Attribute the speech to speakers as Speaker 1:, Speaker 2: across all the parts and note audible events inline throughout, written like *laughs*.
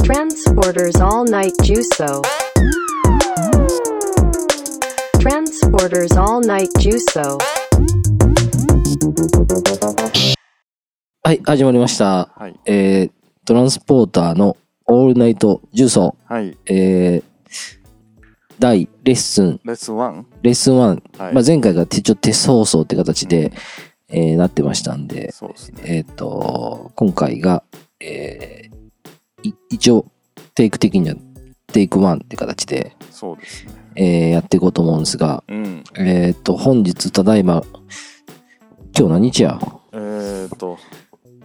Speaker 1: Transporters All Night Juso. Transporters All Night Juso.
Speaker 2: はい、始まりました。
Speaker 3: はい。
Speaker 2: えー、トランスポーターのオールナイト重奏、
Speaker 3: はい。
Speaker 2: えー、第レッスン、
Speaker 3: レッスン 1?
Speaker 2: レッスン1、
Speaker 3: はい。
Speaker 2: まあ、前回が手帳手放送って形で、えーなってましたんで、
Speaker 3: そうですね。
Speaker 2: えっ、と、今回が、えーい一応、テイク的には、テイク1って形で、
Speaker 3: そうですね。
Speaker 2: えーやっていこうと思うんですが、
Speaker 3: うん。
Speaker 2: えっ、と、本日、ただいま、今日何日や
Speaker 3: えー、っと、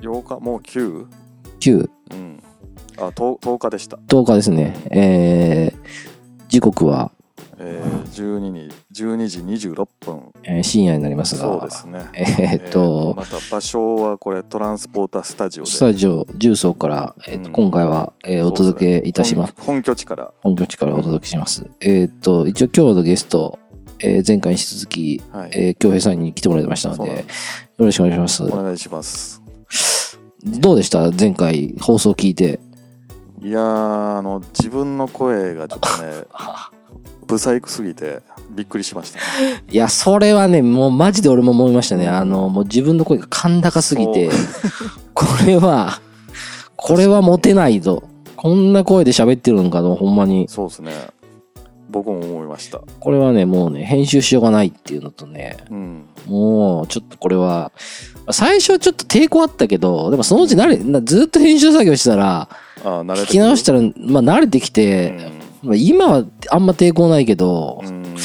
Speaker 3: 8日、もう 9?
Speaker 2: 9、
Speaker 3: うん。あ、10, 10日でした。
Speaker 2: 10日ですね。えー時刻は、
Speaker 3: えー、12, 時12時26分。
Speaker 2: えー深夜になりますが、
Speaker 3: そうですね。
Speaker 2: えーっと、
Speaker 3: また場所はこれ、トランスポータースタジオで。
Speaker 2: スタジオ重曹から、えーっと
Speaker 3: うん
Speaker 2: 今回は、えーお届けいたします。
Speaker 3: 本本拠地から。
Speaker 2: 本拠地からお届けします。えーっと、一応今日のゲスト、えー前回に引き続き、
Speaker 3: はい。
Speaker 2: えー京平さんに来てもらいましたの
Speaker 3: そうなん
Speaker 2: でよ
Speaker 3: で、
Speaker 2: ろしくお願いします。
Speaker 3: お願いします。
Speaker 2: どうでした前回放送聞いて。
Speaker 3: いやー、あの、自分の声がちょっと
Speaker 2: *laughs*
Speaker 3: ね、不細工すぎて、びっくりしました、ね。
Speaker 2: いや、それはね、もうマジで俺も思いましたね。あの、もう自分の声が甲高すぎて、 *laughs* これは、これはモテないぞ。こんな声で喋ってるのかと、ほんまに。
Speaker 3: そうですね。僕も思いました。
Speaker 2: これはね、もうね、編集しようがないっていうのとね、
Speaker 3: うん。
Speaker 2: もう、ちょっとこれは、最初はちょっと抵抗あったけど、でもそのうち慣れ、なずっと編集作業してたら、
Speaker 3: あー慣れ
Speaker 2: 聞
Speaker 3: てくる
Speaker 2: き直したら、まあ慣れてき
Speaker 3: う
Speaker 2: て、
Speaker 3: ん
Speaker 2: まあ今はあんま抵抗ないけど、
Speaker 3: うん
Speaker 2: ま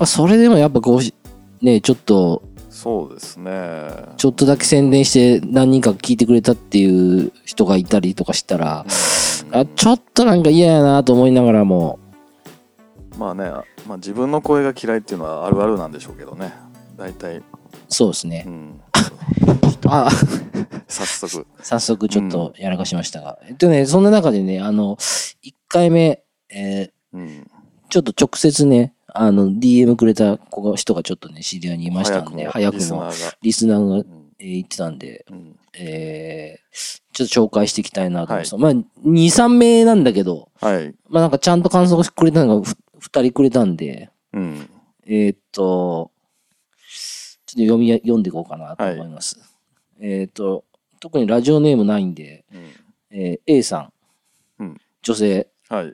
Speaker 2: あそれでもやっぱこうし、ね、ちょっと、
Speaker 3: そうですね。
Speaker 2: ちょっとだけ宣伝して何人か聞いてくれたっていう人がいたりとかしたら、
Speaker 3: うん
Speaker 2: あちょっとなんか嫌やなと思いながらも、
Speaker 3: まあね、まあ、自分の声が嫌いっていうのはあるあるなんでしょうけどね。大体、
Speaker 2: そうです
Speaker 3: う
Speaker 2: ね。
Speaker 3: ん、
Speaker 2: あ、 *laughs*
Speaker 3: 早速。
Speaker 2: 早速ちょっとやらかしましたが。えっとね、そんな中でね、あの、1回目、えー
Speaker 3: うん、
Speaker 2: ちょっと直接ね、あの、DM くれた子が人がちょっとね、知り合いにいました
Speaker 3: 早
Speaker 2: ん
Speaker 3: く
Speaker 2: で、
Speaker 3: も
Speaker 2: 早く
Speaker 3: リス
Speaker 2: も
Speaker 3: ナーが。
Speaker 2: リスナーが、
Speaker 3: うん
Speaker 2: えー言ってたんで、
Speaker 3: うん
Speaker 2: えーちょっと紹介していきたいなと思います。まあ、2、3名なんだけど、
Speaker 3: はい。
Speaker 2: まあなんかちゃんと感想してくれたのがふ2人くれたんで、
Speaker 3: うん。
Speaker 2: えーっと、ちょっと読みや、読んでいこうかなと思います。えーっと、特にラジオネームないんで、
Speaker 3: うん
Speaker 2: えー A さん、
Speaker 3: うん
Speaker 2: 女性、
Speaker 3: はい。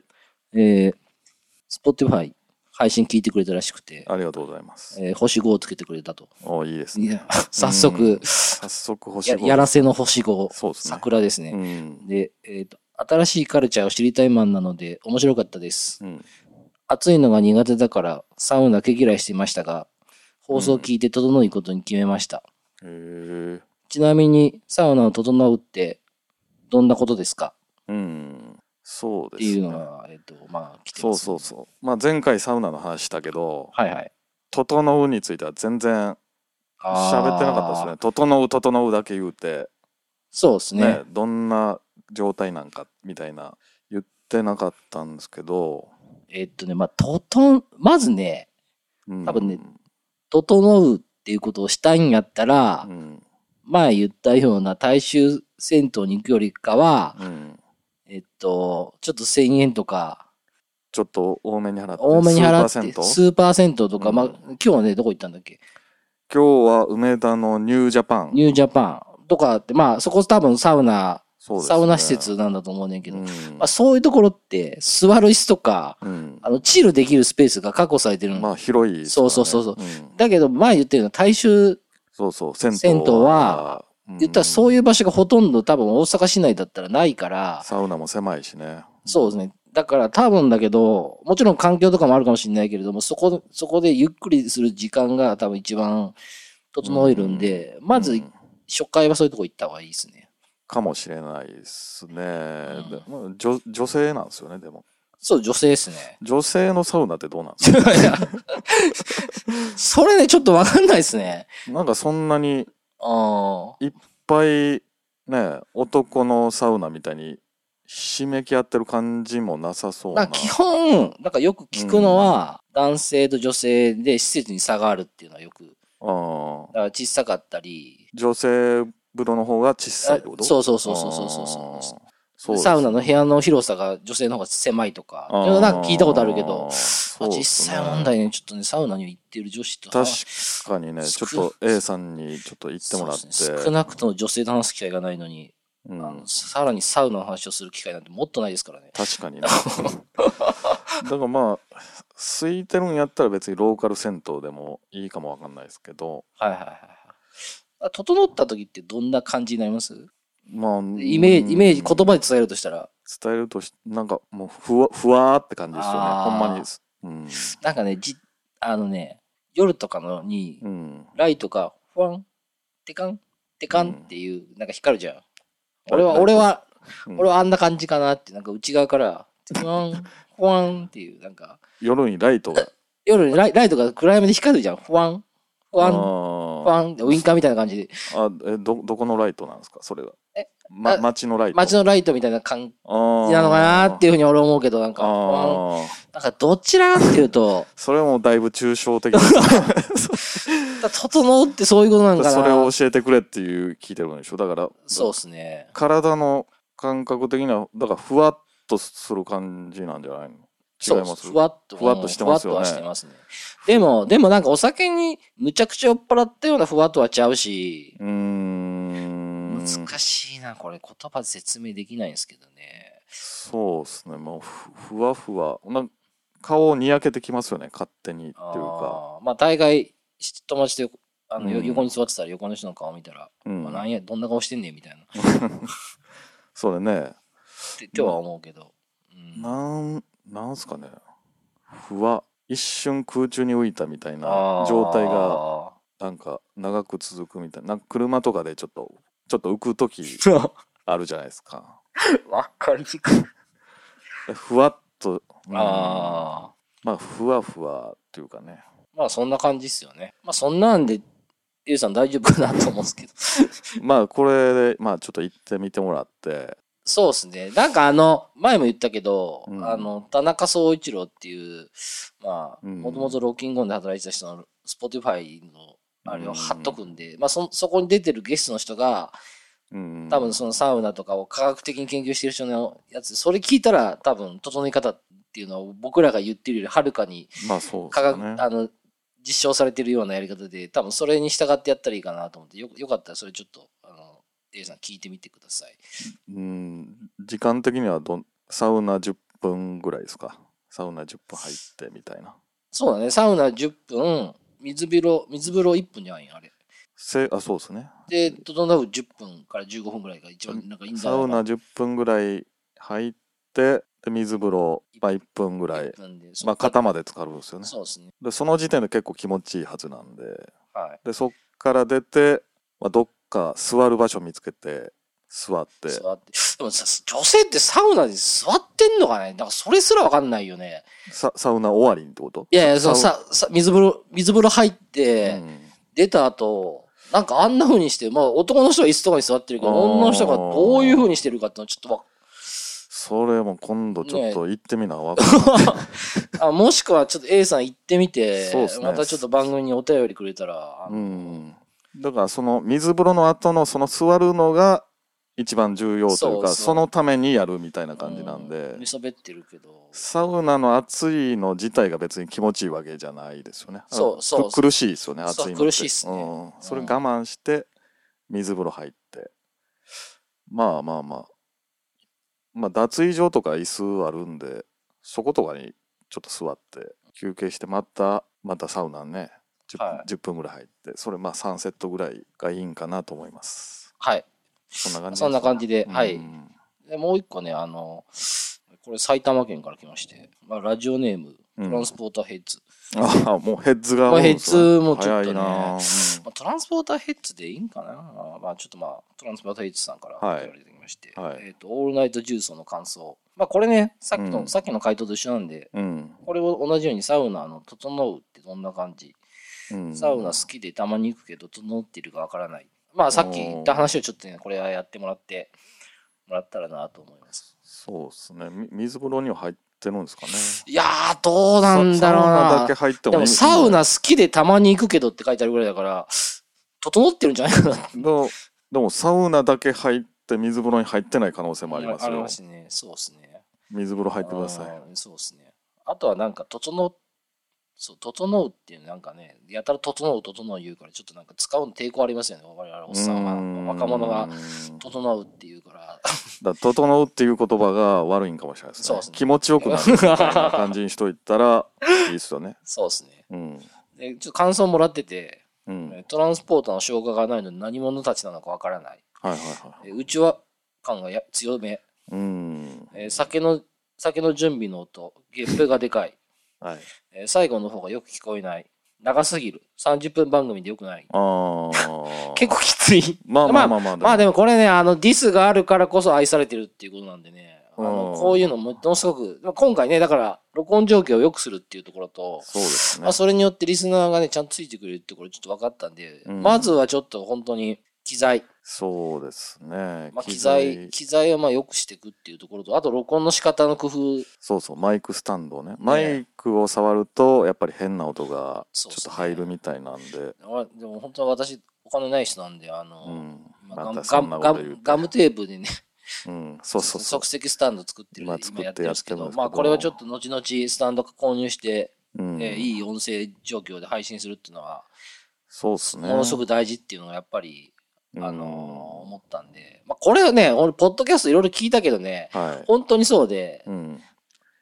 Speaker 2: えー、Spotify 配信聞いてくれたらしくて、
Speaker 3: ありがとうございます。
Speaker 2: えー星5をつけてくれたと。
Speaker 3: おいいです
Speaker 2: い
Speaker 3: ね。
Speaker 2: や、早速、
Speaker 3: 早速星
Speaker 2: や
Speaker 3: 5
Speaker 2: やらせの星5、
Speaker 3: そうですね。
Speaker 2: 桜ですね。
Speaker 3: うん。
Speaker 2: で、えーっと、新しいカルチャーを知りたいマンなので、面白かったです。
Speaker 3: うん。
Speaker 2: 暑いのが苦手だからサウナ毛嫌いしていましたが放送を聞いて整いことに決めました、
Speaker 3: へえ。
Speaker 2: ちなみにサウナを整うってどんなことですか
Speaker 3: うん。そう
Speaker 2: っ
Speaker 3: で
Speaker 2: て
Speaker 3: すね。
Speaker 2: いうのが、えっとまあ来て
Speaker 3: そ
Speaker 2: ま
Speaker 3: う
Speaker 2: す
Speaker 3: そうそう。まあ前回サウナの話したけど、
Speaker 2: はいはい
Speaker 3: 整うについては全然喋ってなかったです
Speaker 2: あー
Speaker 3: ね。整う、整うだけ言うて、
Speaker 2: そうですね
Speaker 3: ねどんな状態なんかみたいな言ってなかったんですけど、
Speaker 2: えっとねまあととんまずね
Speaker 3: うん
Speaker 2: 多分ね整うっていうことをしたいんやったら、
Speaker 3: うん
Speaker 2: 前言ったような大衆銭湯に行くよりかは、
Speaker 3: うん、
Speaker 2: えっとちょっと1000円とか
Speaker 3: ちょっと多めに払って、
Speaker 2: 多めに払って
Speaker 3: 数パーセント
Speaker 2: 数パーセントとか、
Speaker 3: うん
Speaker 2: まあ今日はねどこ行ったんだっけ
Speaker 3: 今日は梅田のニュージャパン、
Speaker 2: ニュージャパンとかって、まあそこ多分サウナ、
Speaker 3: そうですね
Speaker 2: サウナ施設なんだと思うねんけど、
Speaker 3: うん
Speaker 2: まあそういうところって座る椅子とか、
Speaker 3: うん
Speaker 2: あの、チルできるスペースが確保されてるの。
Speaker 3: まあ広いですからね、
Speaker 2: そうそうそう
Speaker 3: うん、
Speaker 2: だけど前言ったような大衆、
Speaker 3: そうそう、銭湯
Speaker 2: 銭湯は、言ったらそう
Speaker 3: い
Speaker 2: いう場所がほとんど多分大阪市内だったらないから、
Speaker 3: サウナも狭いしね。
Speaker 2: そうですね。だから多分だけど、もちろん環境とかもあるかもしれないけれども、そこ、そこでゆっくりする時間が多分一番整えるんで、ま
Speaker 3: う
Speaker 2: ず
Speaker 3: ん
Speaker 2: 初回はそういうとこ行った方がいいですね。
Speaker 3: かもしれないです
Speaker 2: ん
Speaker 3: ね、でまあ女女性なんですよねでも
Speaker 2: そう、女性ですね。
Speaker 3: 女性のサウナってどうなんですか
Speaker 2: それね、ちょっとわかんないですね。 *laughs*
Speaker 3: なんかそんなにいっ
Speaker 2: あ
Speaker 3: ぱいね男のサウナみたいにひしめき合ってる感じもなさそう
Speaker 2: あ。な
Speaker 3: なん
Speaker 2: か基本、なんかよく聞くのは、男性と女性で施設に差があるっていうのはよく、
Speaker 3: あ
Speaker 2: だから小さかったり、
Speaker 3: 女性風呂の方が小さいってこと
Speaker 2: あそうそうそうそうそうそうそう
Speaker 3: あーそうです
Speaker 2: サウナの部屋の広さが女性の方が狭いとか、
Speaker 3: あー
Speaker 2: いやなんか聞いたことあるけど、ま
Speaker 3: そ
Speaker 2: あ
Speaker 3: うですね
Speaker 2: 実際問題ね、ちょっとね、サウナには行ってる女子と
Speaker 3: 確
Speaker 2: 話
Speaker 3: かにねちょっと A さんにちょっと言ってもらって
Speaker 2: そうですね少なくとも女性と話す機会がないのに、
Speaker 3: う
Speaker 2: あ
Speaker 3: ん
Speaker 2: の、さらにサウナの話をする機会なんてもっとないですからね。
Speaker 3: 確かにねだからまあ空いてるんやったら別にローカル銭湯でもいいかもわかんないですけど
Speaker 2: はいはいはいはい。あ整った時ってどんな感じになります
Speaker 3: まあ
Speaker 2: イメージ、イメージ、
Speaker 3: こと
Speaker 2: 言葉で伝えるとしたら、
Speaker 3: 伝えるとしなんかもうふわふわーって感じですよね
Speaker 2: あー
Speaker 3: ほんまにすうん
Speaker 2: なんかね、じ、あのね、夜とかのに、
Speaker 3: うん
Speaker 2: ライトが、ファン、テカン、テカンっていう、なんか光るじゃん。
Speaker 3: あ
Speaker 2: 俺は、
Speaker 3: ライト
Speaker 2: 俺は、
Speaker 3: うん
Speaker 2: 俺はあんな感じかなって、なんか内側から、テカン、ファンっていう、なんか、
Speaker 3: 夜にライトが
Speaker 2: 夜にライライトが暗闇で光るじゃん。ファン、フ
Speaker 3: あ
Speaker 2: ァン、フ
Speaker 3: ー
Speaker 2: ァンってウインカーみたいな感じで、
Speaker 3: あえどどこのライトなんですかそれが
Speaker 2: え
Speaker 3: ま
Speaker 2: あ
Speaker 3: 街のライト
Speaker 2: 街のライトみたいな感
Speaker 3: あー
Speaker 2: じなのかなっていうふうに俺は思うけど、なんか、ファン
Speaker 3: あー
Speaker 2: なんかどちらかっていうと、
Speaker 3: それもだいぶ抽象的ですね
Speaker 2: だ整うってそういうことなんかな。
Speaker 3: それを教えてくれっていう聞いてるんでしょだから
Speaker 2: そうですね。
Speaker 3: 体の感覚的にはだからふわっとする感じなんじゃないの違います
Speaker 2: そうふわっと。
Speaker 3: ふわっとしてますよね
Speaker 2: ふわっとはしてますね。でも、でもなんかお酒にむちゃくちゃ酔っ払ったようなふわっとはちゃうし、
Speaker 3: うーん
Speaker 2: 難しいな、これ言葉で説明できないんですけどね。
Speaker 3: そうですねもうふふわふわなん顔をにやけてきますよね勝手にっていうか、
Speaker 2: あーまあ大概、し友達とあの、よ
Speaker 3: うん
Speaker 2: 横に座ってたら横の人の顔見たら、
Speaker 3: う、
Speaker 2: まあなんんや、どんな顔してんねんみたいな。っ
Speaker 3: そうだね
Speaker 2: て今日は思うけど。うん
Speaker 3: なんなんすかねふわ一瞬空中に浮いたみたい
Speaker 2: あ
Speaker 3: な
Speaker 2: ー
Speaker 3: 状態がなんか長く続くみたいななんか車とかでちょっとちょっと浮く時あるじゃないですか
Speaker 2: わかりにくい。
Speaker 3: ふわっと、うん
Speaker 2: ああ。
Speaker 3: まあふわふわっていうかね
Speaker 2: まあそんな感じっすよね。まあそんなんで、ゆうさん大丈夫かなと思うんですけど。 *laughs*
Speaker 3: まあこれでまあちょっと行ってみてもらって
Speaker 2: そうっすね。なんかあの、前も言ったけど、
Speaker 3: うん
Speaker 2: あの、田中総一郎っていう、まあ、
Speaker 3: うん
Speaker 2: もともとロッキングオンで働いてた人の、スポティファイの、あれ
Speaker 3: う
Speaker 2: を
Speaker 3: ん
Speaker 2: 貼っとくんで、まあそ、そこに出てるゲストの人が、
Speaker 3: うん
Speaker 2: 多分そのサウナとかを科学的に研究してる人のやつ、それ聞いたら多分、整え方っていうのは僕らが言ってるよりはるかに
Speaker 3: まあそう
Speaker 2: 科
Speaker 3: です
Speaker 2: 学、
Speaker 3: ね
Speaker 2: あの、実証されてるようなやり方で、多分それに従ってやったらいいかなと思って、よよかったらそれちょっと、あの、A さん聞いてみてください。
Speaker 3: うん時間的にはどんサウナ10分ぐらいですかサウナ10分入ってみたいな
Speaker 2: そうだね、サウナ10分、水風呂、水風呂1分じゃないんあれ。
Speaker 3: せあそうですね
Speaker 2: で、整う10分から15分ぐらいが一番なんかいいんだ
Speaker 3: サ
Speaker 2: ろ
Speaker 3: ウ
Speaker 2: うな
Speaker 3: ナ。10分ぐらい入ってで水風呂、まあ、1分ぐらい
Speaker 2: 1、分で、
Speaker 3: まあ、肩まで浸かるんですよね
Speaker 2: そうですね。
Speaker 3: でその時点で結構気持ちいいはずなんで
Speaker 2: はい。
Speaker 3: でそっから出て、まあ、どっか座る場所見つけて座って
Speaker 2: 座って。でもさ、女性ってサウナで座ってんのかねなんかそれすらわかんないよね。
Speaker 3: ササウナ終わりにってこと
Speaker 2: いやいや、その
Speaker 3: サ
Speaker 2: さ、さ水風呂、水風呂入って、
Speaker 3: うん
Speaker 2: 出た後、なんかあんな風にして、まあ男の人は椅子とかに座ってるけ
Speaker 3: あー
Speaker 2: ど、女の人がどういう風にしてるかってのはちょっとわ
Speaker 3: それも今度ちょっと行ってみなわかん
Speaker 2: あもしくはちょっと A さん行ってみて、
Speaker 3: そうっすね
Speaker 2: またちょっと番組にお便りくれたら、あ
Speaker 3: う
Speaker 2: の
Speaker 3: ん、だからその水風呂の後のその座るのが一番重要というか
Speaker 2: そう
Speaker 3: そ
Speaker 2: そう
Speaker 3: のためにやるみたいな感じなんで、
Speaker 2: う寝そべってるけど、
Speaker 3: サウナの暑いの自体が別に気持ちいいわけじゃないですよね
Speaker 2: そう
Speaker 3: あの
Speaker 2: そう
Speaker 3: く苦しいですよね暑い
Speaker 2: そう
Speaker 3: のって
Speaker 2: 苦しいっすね
Speaker 3: うん、それ我慢して水風呂入ってまあまあまあまあ脱衣所とか椅子あるんでそことかにちょっと座って休憩してまたまたサウナね 10, 分
Speaker 2: はい
Speaker 3: 10分ぐらい入ってそれまあ3セットぐらいがいいんかなと思います
Speaker 2: はい。
Speaker 3: そんな感じです
Speaker 2: そんな感じで、は
Speaker 3: う
Speaker 2: い。
Speaker 3: ん
Speaker 2: でもう一個ね、あの、これ埼玉県から来まして、まあ、ラジオネーム、
Speaker 3: うん
Speaker 2: トランスポーターヘッズ。
Speaker 3: ああもうヘッズが
Speaker 2: まあ
Speaker 3: 多いんですね
Speaker 2: ヘッズもちょっとね
Speaker 3: 早いなあ
Speaker 2: まあ、トランスポーターヘッズでいいんかなまあちょっとまあトランスポーターヘッズさんから
Speaker 3: はい
Speaker 2: 言われてきまして、
Speaker 3: はい
Speaker 2: えっ、と、オールナイト重曹の感想。まあこれね、さっきの、
Speaker 3: うん
Speaker 2: さっきの回答と一緒なんで、
Speaker 3: うん
Speaker 2: これを同じようにサウナの整うってどんな感じ、
Speaker 3: うん
Speaker 2: サウナ好きでたまに行くけど、整っているかわからない。まあさっき言った話をちょっとね、これはやってもらって、もらったらなと思います。
Speaker 3: そうですね。み水風呂には入ってるんですかね。
Speaker 2: いやー、どうなんだろう
Speaker 3: ササウナ
Speaker 2: な
Speaker 3: だけ。入っても
Speaker 2: でもサウ
Speaker 3: ナ
Speaker 2: ナ好きでたまに行くけどって書いてあるぐらいだから、整ってるんじゃないかな。
Speaker 3: でもサウナだけ入っって水風呂に入ってない可能性もあります
Speaker 2: あり
Speaker 3: よ
Speaker 2: ますね。そうですね。
Speaker 3: 水風呂入ってください
Speaker 2: あーそうですね。あとはなんか、整う、そう、整うっていうなんかね、やたら整う、整う言うから、ちょっとなんか使うの抵抗ありますよね、我々おっさん
Speaker 3: うーん
Speaker 2: は。若者が
Speaker 3: だか
Speaker 2: 整うっていうから。 *laughs*
Speaker 3: ら整うっていう言葉が悪いんかもしれないです
Speaker 2: そう
Speaker 3: ね
Speaker 2: ですね
Speaker 3: 気持ちよくなるみたいな感じにしとい
Speaker 2: *laughs*
Speaker 3: たらいいっすよね
Speaker 2: そうですね。
Speaker 3: うん
Speaker 2: で、ちょっと感想もらってて、
Speaker 3: うん
Speaker 2: トランスポーターの消化がないので何者たちなのかわからない。
Speaker 3: はいはいはい
Speaker 2: えうちは感がや強め、
Speaker 3: うん
Speaker 2: えー酒の、酒の準備の音、ゲップがでかい、
Speaker 3: はい
Speaker 2: えー最後の方がよく聞こえない、長すぎる、30分番組でよくない。
Speaker 3: あー
Speaker 2: 結構きつい。
Speaker 3: まあまあまあまあ
Speaker 2: まあでもこれね、あの、ディスがあるからこそ愛されてるっていうことなんでね、あの
Speaker 3: うん
Speaker 2: こういうのもものすごく、まあ今回ね、だから、録音状況を良くするっていうところと、
Speaker 3: そうですね
Speaker 2: まあ、それによってリスナーがね、ちゃんとついてくれるってこれちょっと分かったんで、
Speaker 3: うん
Speaker 2: まずはちょっと本当に機材、
Speaker 3: そうですね、
Speaker 2: まあ、機材、機材をまあ良くしていくっていうところと、あと録音の仕方の工夫、
Speaker 3: そうそうマイクスタンドをねマイクを触るとやっぱり変な音がち
Speaker 2: そう
Speaker 3: ょ
Speaker 2: っ
Speaker 3: っ
Speaker 2: す
Speaker 3: と
Speaker 2: ね
Speaker 3: 入るみたいなんで
Speaker 2: あでも本当は私、お金ない人なんで、あの、
Speaker 3: うん
Speaker 2: 今ガ
Speaker 3: ま
Speaker 2: ム
Speaker 3: たそんなこと
Speaker 2: ガ
Speaker 3: 言
Speaker 2: ム
Speaker 3: うと
Speaker 2: ガムテープでね、
Speaker 3: うんそうそうそう
Speaker 2: 即席スタンド作ってる
Speaker 3: 今作って
Speaker 2: やってますけ
Speaker 3: や
Speaker 2: ど、
Speaker 3: ってますけど
Speaker 2: まあこれはちょっと後々スタンド購入して、
Speaker 3: うん
Speaker 2: えーいい音声状況で配信するっていうのは、
Speaker 3: そうですね
Speaker 2: ものすごく大事っていうのがやっぱり、
Speaker 3: うん
Speaker 2: あのー思ったんで、まあこれはね、俺、ポッドキャストいろいろ聞いたけどね、
Speaker 3: はい
Speaker 2: 本当にそうで、
Speaker 3: うん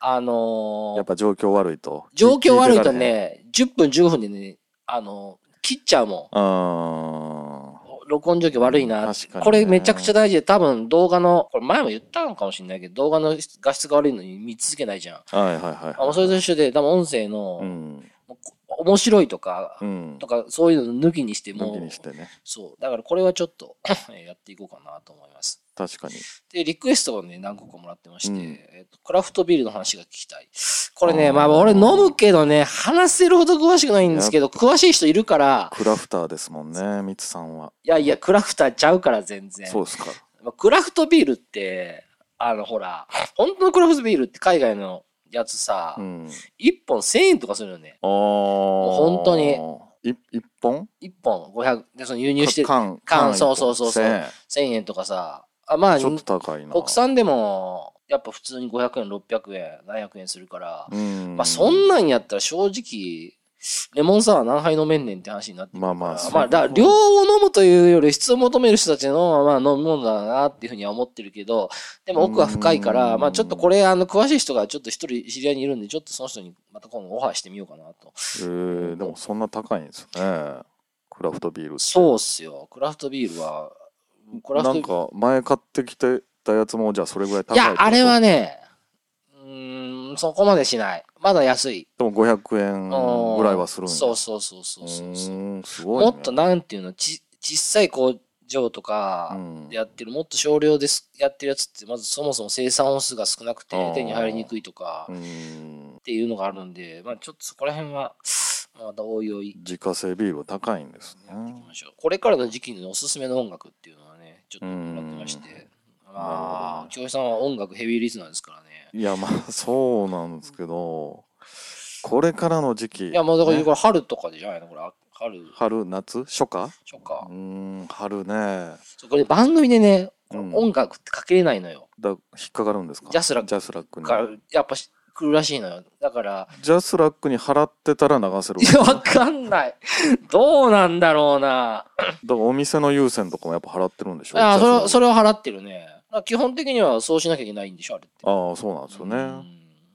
Speaker 2: あ
Speaker 3: やっ
Speaker 2: のー
Speaker 3: ぱ状況悪いと
Speaker 2: 状況悪いと
Speaker 3: 聞てられへん
Speaker 2: ね、10分、15分でね、あのー切っちゃうもん。
Speaker 3: あ
Speaker 2: 録音状況悪いな、
Speaker 3: 確かにね
Speaker 2: これめちゃくちゃ大事で、多分動画の、これ前も言ったのかもしれないけど、動画の画質が悪いのに見続けないじゃん。あ
Speaker 3: ーはいはいはい
Speaker 2: もうそれと一緒で、多分音声の、
Speaker 3: うん
Speaker 2: もう面白いとか、
Speaker 3: うん
Speaker 2: とかそういうの抜きにしても
Speaker 3: 抜き
Speaker 2: う
Speaker 3: にしてね
Speaker 2: そう。だからこれはちょっと *laughs* えーやっていこうかなと思います。
Speaker 3: 確かに
Speaker 2: で、リクエストをね、何個かもらってまして、
Speaker 3: うん
Speaker 2: えっとクラフトビールの話が聞きたい。これね、
Speaker 3: あー
Speaker 2: まあ俺飲むけどね、話せるほど詳しくないんですけど、詳しい人いるから、
Speaker 3: クラフターですもんねミツさんはい
Speaker 2: やいや、クラフターちゃうから全然。
Speaker 3: そうですか
Speaker 2: まあクラフトビールって、あの、ほら、本当のクラフトビールって海外のやつさ、
Speaker 3: うん
Speaker 2: 1本1000円とかするよね。
Speaker 3: ああ本
Speaker 2: 本当に
Speaker 3: い一本
Speaker 2: 1本500、で、その輸入して1000
Speaker 3: 缶
Speaker 2: 缶
Speaker 3: 一本
Speaker 2: そうそうそうそう
Speaker 3: 1000
Speaker 2: 円とかさ、あまあ、
Speaker 3: 円ちょっ
Speaker 2: 国
Speaker 3: と高いな
Speaker 2: 産でも、やっぱ普通に500円、600円、700円するから、
Speaker 3: うん
Speaker 2: まあ、そんなんやったら正直、レモンサワー何杯飲めんねんって話になってくるから
Speaker 3: まあまあそう
Speaker 2: まあ、だから量を飲むというより質を求める人たちの、まあ、飲み物だなっていうふうには思ってるけど、でも奥は深いか
Speaker 3: う
Speaker 2: ら、
Speaker 3: ん
Speaker 2: まあちょっとこれ、あの、詳しい人がちょっと一人知り合いにいるんで、ちょっとその人にまた今後オファーしてみようかなと。
Speaker 3: えーでもそんな高いんですねクラフトビールって
Speaker 2: そうっすよ。クラフトビールは、クラフ
Speaker 3: な
Speaker 2: ト
Speaker 3: んか前買ってきてたやつもじゃあそれぐらい高
Speaker 2: い
Speaker 3: い
Speaker 2: や、あれはね、うーん、そこまでしない。まだ安い。
Speaker 3: でも500円ぐらいはするんや
Speaker 2: そうそうそうそうそうそう。
Speaker 3: ーんすごい、
Speaker 2: も
Speaker 3: ね、
Speaker 2: っとなんていうの、ち、小さい工場とか
Speaker 3: うん
Speaker 2: でやってる、もっと少量ですやってるやつって、まずそもそも生産本数が少なく
Speaker 3: あ
Speaker 2: て
Speaker 3: ー、
Speaker 2: 手に入りにくいとか
Speaker 3: う
Speaker 2: っ
Speaker 3: ーん
Speaker 2: ていうのがあるんで、まあちょっとそこら辺は、またおいおい
Speaker 3: 自家製ビールは高いんです
Speaker 2: やってい
Speaker 3: ね
Speaker 2: きましょう。これからの時期のおすすめの音楽っていうのはね、ちょっともらってまして、
Speaker 3: なるほど
Speaker 2: ま
Speaker 3: ね
Speaker 2: あ、京平さんは音楽ヘビーリスナーですからね。
Speaker 3: いやまあそうなんですけどこれからの時期
Speaker 2: いや、もうだから、
Speaker 3: ね
Speaker 2: これ春とかでじゃないのこれ、春、
Speaker 3: 春夏初夏
Speaker 2: 初
Speaker 3: う
Speaker 2: 夏
Speaker 3: ー。ん春ね
Speaker 2: そうこれ番組でね、
Speaker 3: うん
Speaker 2: 音楽ってかけれないのよ。
Speaker 3: だ引っかかるんですか
Speaker 2: ジャスラック
Speaker 3: ジャスラックに
Speaker 2: がやっぱし来るらしいのよ。だ
Speaker 3: *laughs*
Speaker 2: から、
Speaker 3: ジャスラックに払ってたら流せる
Speaker 2: いや、わかんない。どうなんだろうな。
Speaker 3: だからお店の優先とかもやっぱ払ってるんでしょ
Speaker 2: あ
Speaker 3: ジャスラッ
Speaker 2: そ
Speaker 3: ク
Speaker 2: れ、それを払ってるね。だから基本的にはそうしなきゃいけないんでしょ、あれって。
Speaker 3: ああそうなんですよね、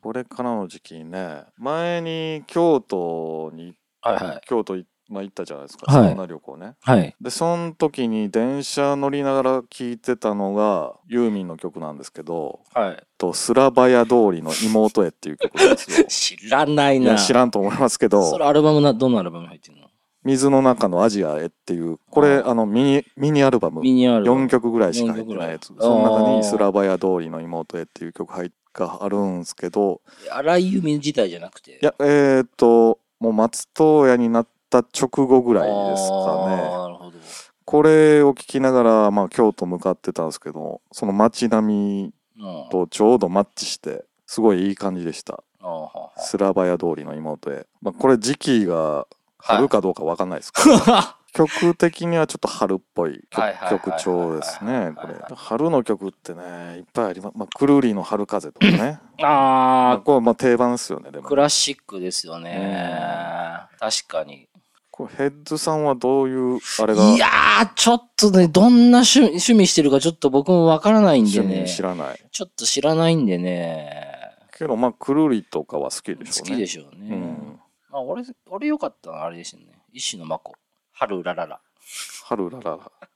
Speaker 3: これからの時期にね前に京都に、
Speaker 2: はいはい
Speaker 3: 京都い、まあ、行ったじゃないですか、
Speaker 2: はい
Speaker 3: サウナ旅行ね
Speaker 2: はい。
Speaker 3: でその時に電車乗りながら聴いてたのがユーミンの曲なんですけど
Speaker 2: はい。
Speaker 3: 「とスラバヤ通りの妹へ」っていう曲なんです *laughs* よ
Speaker 2: 知らない
Speaker 3: い
Speaker 2: な。
Speaker 3: や知らんと思いますけ
Speaker 2: そ
Speaker 3: ど
Speaker 2: れアルバムな、どのアルバム入ってるの
Speaker 3: 「水の中のアジアへ」っていうこれ
Speaker 2: あ
Speaker 3: あのミニミニアルバム
Speaker 2: ミニアルバム。
Speaker 3: 4曲ぐらいしか入ってないやつ
Speaker 2: 四曲ぐらい
Speaker 3: その中
Speaker 2: あ
Speaker 3: に「
Speaker 2: ー
Speaker 3: スラバヤ通りの妹へ」っていう曲入っがあるんですけど
Speaker 2: 荒井由実自体じゃなくて。
Speaker 3: いや、えー、っと、もう松任谷になった直後ぐらいです
Speaker 2: あ
Speaker 3: かね。
Speaker 2: ーなるほど。
Speaker 3: これを聞きながら、まあ、京都向かってたんですけど、その街並み
Speaker 2: うん
Speaker 3: とちょうどマッチして、すごいいい感じでした。
Speaker 2: あーはーはー
Speaker 3: スラバヤ通りの妹へ。まあ、これ時期が
Speaker 2: はい
Speaker 3: 春かどうかわかんないですけど、曲的にはちょっと春っぽい曲
Speaker 2: はいはいはいはい
Speaker 3: 曲調ですねこ
Speaker 2: はい
Speaker 3: れ
Speaker 2: は
Speaker 3: 春の曲ってねいっぱいあります、まあ、クルーリーの「春風」とかね *laughs* まあ
Speaker 2: あ
Speaker 3: これはまあ定番ですよねで
Speaker 2: あ、
Speaker 3: も
Speaker 2: クラシックですよね。確かに。
Speaker 3: これヘッズさんはどういうあれが
Speaker 2: いやー、ちょっとね、どんな趣味趣味してるかちょっと僕もわからないん
Speaker 3: 趣
Speaker 2: で
Speaker 3: 味
Speaker 2: ね。
Speaker 3: 知らない
Speaker 2: ちょっと知らないんでね。
Speaker 3: けどまあクルーリーとかは好きでし
Speaker 2: 好
Speaker 3: ょうね
Speaker 2: きでしょうね。
Speaker 3: うん、
Speaker 2: まあ、俺、俺よかったのはあれですよね。石野真子。春うららら。
Speaker 3: 春ららら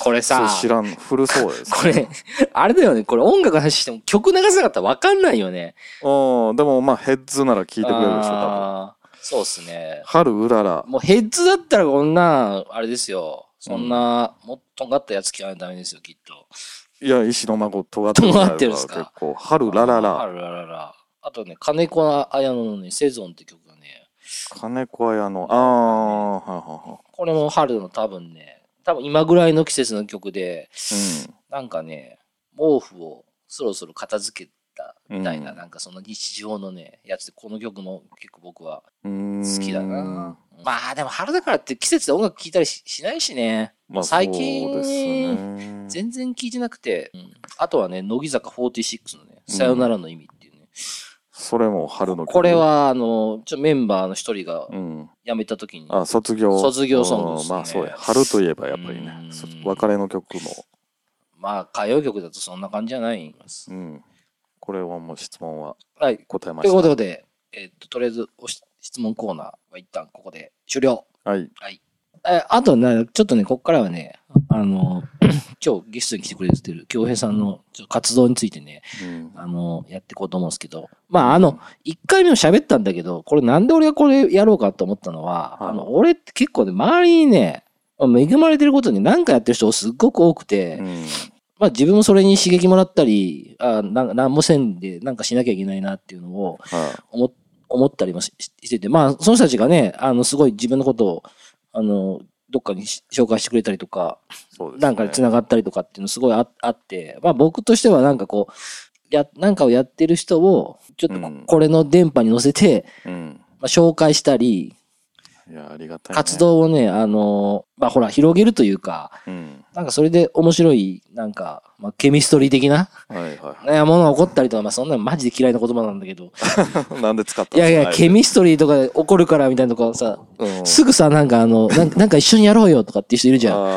Speaker 2: これさ、
Speaker 3: そう知らん古そうです
Speaker 2: これ、あれだよね。これ音楽の話しても曲流せなかったらわかんないよね。
Speaker 3: うんでもまあヘッズなら聞いてくれるでしょ多分
Speaker 2: あーそうっすね。
Speaker 3: 春うらら
Speaker 2: もうヘッズだったらこんな、あれですよ。そんな、もっとんがったやつ聞かないとダメですよ、きっと。
Speaker 3: いや石の孫尖ってる
Speaker 2: 尖ってるんすか
Speaker 3: 結構春らら
Speaker 2: あ
Speaker 3: ら
Speaker 2: るららら。あとね、金子綾乃のね、セゾンって曲がね、
Speaker 3: 金子屋のああはいはいは
Speaker 2: これも春の多分ね、多分今ぐらいの季節の曲で、
Speaker 3: いうん
Speaker 2: なんかね、毛布をそろそろ片付けたみたいな、
Speaker 3: うん
Speaker 2: なんかその日常のね、やつで、この曲も結構僕は
Speaker 3: 好
Speaker 2: 好きだな。まあでも春だからって季節で音楽聴いたりししないしね。
Speaker 3: まあ、
Speaker 2: 最近
Speaker 3: そうですね
Speaker 2: 全然聴いてなくて、うんあとはね、乃木坂46のね、さよならの意味っていうね。
Speaker 3: それも春の曲
Speaker 2: これ、は、あの、ちょメンバーの一人が
Speaker 3: うん、
Speaker 2: 辞めた時に、
Speaker 3: あ卒業
Speaker 2: 卒業ソングですね
Speaker 3: うんまあそうや春といえばやっぱり
Speaker 2: う
Speaker 3: ね
Speaker 2: ん
Speaker 3: そ別れの曲も、
Speaker 2: まあ歌謡曲だとそんな感じじゃないんです
Speaker 3: う。ん、これはもう質問は
Speaker 2: はい。と
Speaker 3: 答えま
Speaker 2: いうこ
Speaker 3: し
Speaker 2: とで、えっと、とりあえずおし質問コーナーは一旦ここで終了。
Speaker 3: たはい
Speaker 2: えあとな、ちょっとね、ここからはね、あの、 *clears throat* 今日ゲストに来てくれてる京平さんのちょっと活動についてね、
Speaker 3: うん
Speaker 2: あの、やっていこうと思うんですけど、まあ、あの、1回目も喋ったんだけど、これなんで俺がこれやろうかと思ったのは、
Speaker 3: はい
Speaker 2: あの、俺って結構ね、周りにね、恵まれてることに何かやってる人すっごく多くて、
Speaker 3: うん
Speaker 2: まあ自分もそれに刺激もらったり、あななんもせんでなんかしなきゃいけないなっていうのを
Speaker 3: は
Speaker 2: 思思ったりもしししてて、まあその人たちがね、あのすごい自分のことを、あの、どっかにし紹介してくれたりとか、
Speaker 3: いそうですね
Speaker 2: なんかに繋がったりとかっていうのすごいああって、まあ僕としてはなんかこう、や、なんかをやってる人を、ちょっとこ
Speaker 3: うん
Speaker 2: これの電波に乗せて、
Speaker 3: うん
Speaker 2: まあ、紹介したり、
Speaker 3: いやありがたい、ね、
Speaker 2: 活、動をね、あの、まあほら、広げるというか、
Speaker 3: うん、
Speaker 2: なんかそれで面白い、なんか、まあケミストリー的な、
Speaker 3: はいはいは
Speaker 2: ね、物が起こったりとか、まあ、そんなのマジで嫌いな言葉なんだけ
Speaker 3: *laughs*
Speaker 2: ど。
Speaker 3: いなんで使った
Speaker 2: いやいや、ケ
Speaker 3: ミ、
Speaker 2: ミストリーとかで起こるからみたいなとかさ、
Speaker 3: うん、
Speaker 2: すぐさ、なんかあの、なんなんか一緒にやろうよとかっていう人いるじゃん。
Speaker 3: あ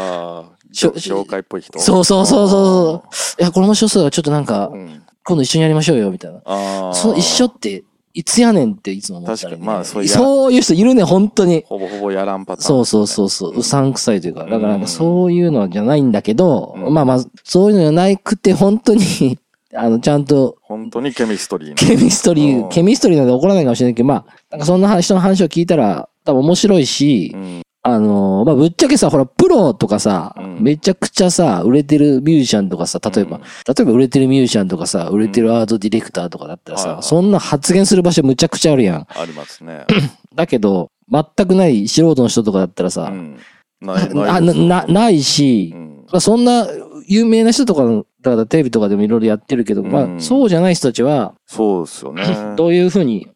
Speaker 3: ー
Speaker 2: しょ
Speaker 3: 紹介っぽい人
Speaker 2: そうそうそうそう。いや、これ面白そうだから、ちょっとなんか
Speaker 3: う、ん、
Speaker 2: 今度一緒にやりましょうよ、みたいな。
Speaker 3: ああ
Speaker 2: その一緒って、いつやねんっていつも思ったり、ね。
Speaker 3: 確かにまあそういうや
Speaker 2: そういう人いるね、本当に。
Speaker 3: ほぼほぼやらんパターン、
Speaker 2: そうそうそううそう、うさんくさいというか、だからなん
Speaker 3: う
Speaker 2: か
Speaker 3: ん
Speaker 2: そういうのじゃないんだけど、
Speaker 3: うん
Speaker 2: まあまあ、そういうのじゃなくて、本当に、 *laughs* あの、ちゃんと
Speaker 3: 本当にケミストリーな
Speaker 2: ケミストリ
Speaker 3: うん
Speaker 2: ー、ケミストリーなんで怒らないかもしれないけど、まあ、なんかそんな人の話を聞いたら、多分面白いし、
Speaker 3: うん
Speaker 2: あのーまあ、ぶっちゃけさ、ほら、プロとかさ、
Speaker 3: うん
Speaker 2: めちゃくちゃさ、売れてるミュージシャンとかさ、例えば、
Speaker 3: うん
Speaker 2: 例えば売れてるミュージシャンとかさ、売れてるアートディレクターとかだったら
Speaker 3: はい
Speaker 2: さ
Speaker 3: は、い
Speaker 2: そんな発言する場所むちゃくちゃあるやん。
Speaker 3: ありますね。
Speaker 2: だけど、全くない素人の人とかだったら
Speaker 3: う
Speaker 2: さ、
Speaker 3: ん
Speaker 2: あ
Speaker 3: な
Speaker 2: な
Speaker 3: いないです
Speaker 2: なないし
Speaker 3: う、ん
Speaker 2: まあ、そんな有名な人とかの、だからテレビとかでもいろいろやってるけど、
Speaker 3: う
Speaker 2: まあ、
Speaker 3: ん
Speaker 2: そうじゃない人たちは、
Speaker 3: そうですよね。
Speaker 2: *laughs* どういうふうに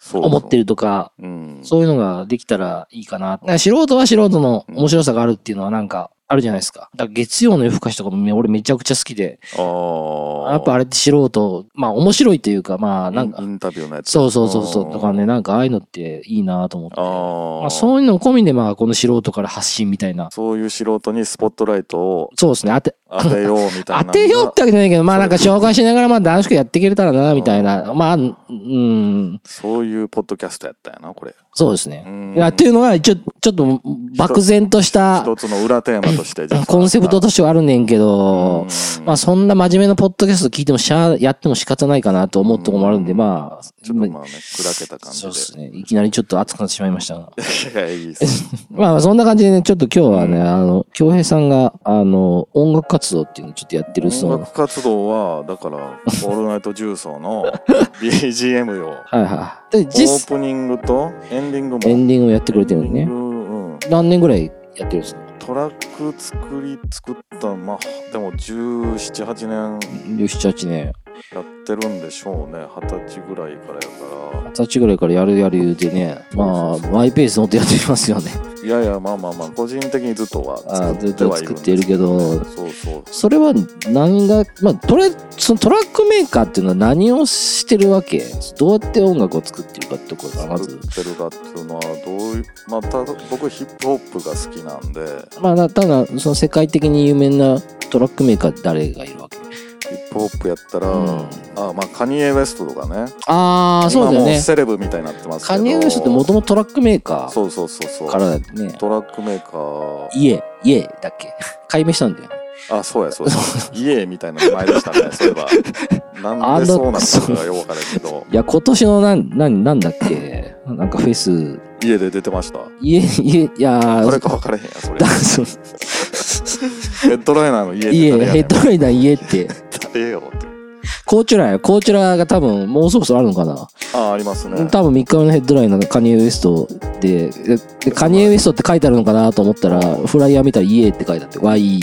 Speaker 3: そう
Speaker 2: 思って
Speaker 3: る。
Speaker 2: るとか、
Speaker 3: うん。
Speaker 2: そういうのができたらいいかな。なんか素人は素人の面白さがあるっていうのはなんかあるじゃないですか。だから月曜の夜更かしとかもめ俺めちゃくちゃ好きで、
Speaker 3: ああ。
Speaker 2: やっぱあれって素人、まあ面白いというか、まあなんか
Speaker 3: イン、インタビューのやつ。
Speaker 2: そうそうそうそう、
Speaker 3: ん
Speaker 2: とかね、なんかああいうのっていいなと思って。
Speaker 3: あー
Speaker 2: まあそういうの込みでまあこの素人から発信みたいな。
Speaker 3: そういう素人にスポットライトを
Speaker 2: そうですね、当て、
Speaker 3: 当てようみたいなのが。
Speaker 2: 当てようってわけじゃないけど、まあなんか紹介しながらまあ楽しくやっていけれたらな、みたいな。まあ、うん、
Speaker 3: そういうポッドキャストやったんやな、これ。
Speaker 2: そうです
Speaker 3: う
Speaker 2: ね。
Speaker 3: ん
Speaker 2: いや、っていうのが一応、ちょっと漠然とした、
Speaker 3: 一つの裏テーマとして実はあった。
Speaker 2: コンセプトとしてはあるねんけど、
Speaker 3: うん
Speaker 2: まあそんな真面目なポッドキャスト聞いてもしゃあやっても仕方ないかなと思うとこもあるんで、
Speaker 3: うん
Speaker 2: まあ、
Speaker 3: ちょっとまあね、砕けた感じ
Speaker 2: そ
Speaker 3: で
Speaker 2: うですね。いきなりちょっと熱くなってしまいました *laughs* が。
Speaker 3: いや。いいです。
Speaker 2: まあそんな感じでね、ちょっと今日はね、
Speaker 3: うん
Speaker 2: あの、京平さんが、あの、音楽活動っていうのをちょっとやってるそ
Speaker 3: 音
Speaker 2: の、
Speaker 3: 楽活動は、だから、オールナイト重曹の
Speaker 2: *laughs*
Speaker 3: BGM を。
Speaker 2: はいはい。で、
Speaker 3: オー
Speaker 2: 実、
Speaker 3: プニングとエンディングも
Speaker 2: エンディングをやってくれてるんで
Speaker 3: エン
Speaker 2: ね
Speaker 3: ディ。ングうん
Speaker 2: 何年ぐらいやってるんですか
Speaker 3: トラック作り作ったまあでも1718年
Speaker 2: ?17、8年。
Speaker 3: やっってるんでしょうね二十歳ぐらいからやから
Speaker 2: 歳ぐらいからやるやる言うてね、まあ、マイペース乗ってやってますよね。
Speaker 3: いやいやまあまあまあ個人的にずっとは
Speaker 2: あ
Speaker 3: 作
Speaker 2: ず
Speaker 3: っ
Speaker 2: ってと
Speaker 3: はいる
Speaker 2: 作っているけど、
Speaker 3: そうそう
Speaker 2: それは何が、まあ、トラそのトラックメーカーっていうのは何をしてるわけどうやって音楽を作ってるかってことがま
Speaker 3: 作
Speaker 2: ず。
Speaker 3: ってるかっていうのはどういうまあた僕ヒップホップが好きなんで
Speaker 2: まあ、だただ、その世界的に有名なトラックメーカーって誰がいるわけ
Speaker 3: ヒップホップやったら、
Speaker 2: うん
Speaker 3: あまあカニエ・ウェストとかね
Speaker 2: ああ、そうだよ
Speaker 3: 今もう
Speaker 2: ね。
Speaker 3: セレブみたいになってますけ
Speaker 2: カ
Speaker 3: ど
Speaker 2: ニエの人ってもともとトラックメーカー
Speaker 3: そうそうそうそう
Speaker 2: からだよね。
Speaker 3: トラックメーカー
Speaker 2: 家、家だっけ *laughs* 解明したんだよね。
Speaker 3: あそうやそうやイエーみたいな名前でし
Speaker 2: *laughs*
Speaker 3: たねそういえばな
Speaker 2: あの
Speaker 3: んでそうなったのかよくわからんけど
Speaker 2: いや、今年のなん、なん、なんだっけなんかフェス、
Speaker 3: 家で出てました
Speaker 2: 家、家、いやー
Speaker 3: これか分からへんやそれ
Speaker 2: だ *laughs* そう
Speaker 3: ヘッドライナーの家
Speaker 2: 家、
Speaker 3: で誰や
Speaker 2: ヘ
Speaker 3: ね
Speaker 2: ッドライナー家って、
Speaker 3: ん誰よって
Speaker 2: コーチュラや、コーチュラが多分もうそろそろあるのかな。
Speaker 3: あありますね
Speaker 2: 多分3日目のヘッドライナーがカニエ・ウエストで、ででカニエ・ウエストって書いてあるのかなと思ったら、フライヤー見たら家って書いてあって、わいい。い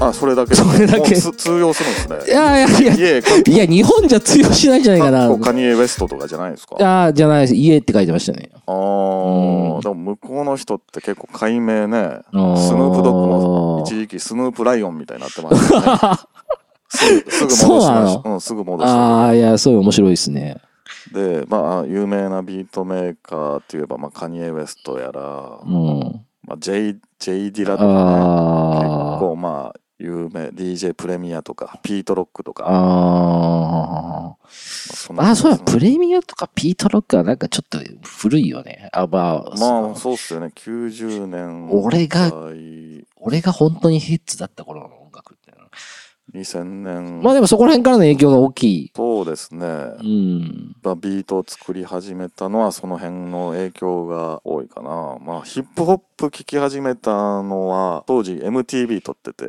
Speaker 3: あそれだけ
Speaker 2: それだけ
Speaker 3: もうつ通用するんですね
Speaker 2: やいやいや、
Speaker 3: イエー
Speaker 2: いや、日本じゃ通用しないんじゃないかな。
Speaker 3: かっこカニエ・ウェストとかじゃないですかあ
Speaker 2: ああ、じゃないです。家って書いてましたね。
Speaker 3: あ
Speaker 2: うん
Speaker 3: ーでも向こうの人って結構解
Speaker 2: スヌ
Speaker 3: 明ねスヌープドッグも一時期スヌープライオンみたいになってました
Speaker 2: *laughs*
Speaker 3: ねすぐすぐ戻しま
Speaker 2: そう
Speaker 3: したうんすぐ戻しました
Speaker 2: ああ、いや、そういう面白いですね。
Speaker 3: でまあ有名なビートメーカーっていえば、まあ、カニエ・ウェストやら、
Speaker 2: うん。
Speaker 3: まあ、J, J ・ディラとか、ね、結
Speaker 2: ああ。
Speaker 3: 構まあ有名 DJ プレミアとかピート・ロックとか
Speaker 2: あ
Speaker 3: そん
Speaker 2: あ。
Speaker 3: な
Speaker 2: あ、そうだ、
Speaker 3: 感じ
Speaker 2: プ
Speaker 3: ですね
Speaker 2: レミアとかピートロックはなんかちょっと古いよね。あ、まあ、
Speaker 3: まあそうっすよね90年
Speaker 2: 俺が
Speaker 3: 代
Speaker 2: 俺が本当にヘッズだった頃の音楽っていうの。
Speaker 3: 2000年、
Speaker 2: まあでもそこら辺からの影響が大きい。
Speaker 3: そうですね、
Speaker 2: うん。
Speaker 3: まあビートを作り始めたのはその辺の影響が多いかなまあヒップホップ聴き始めたのは当時 MTV 撮ってて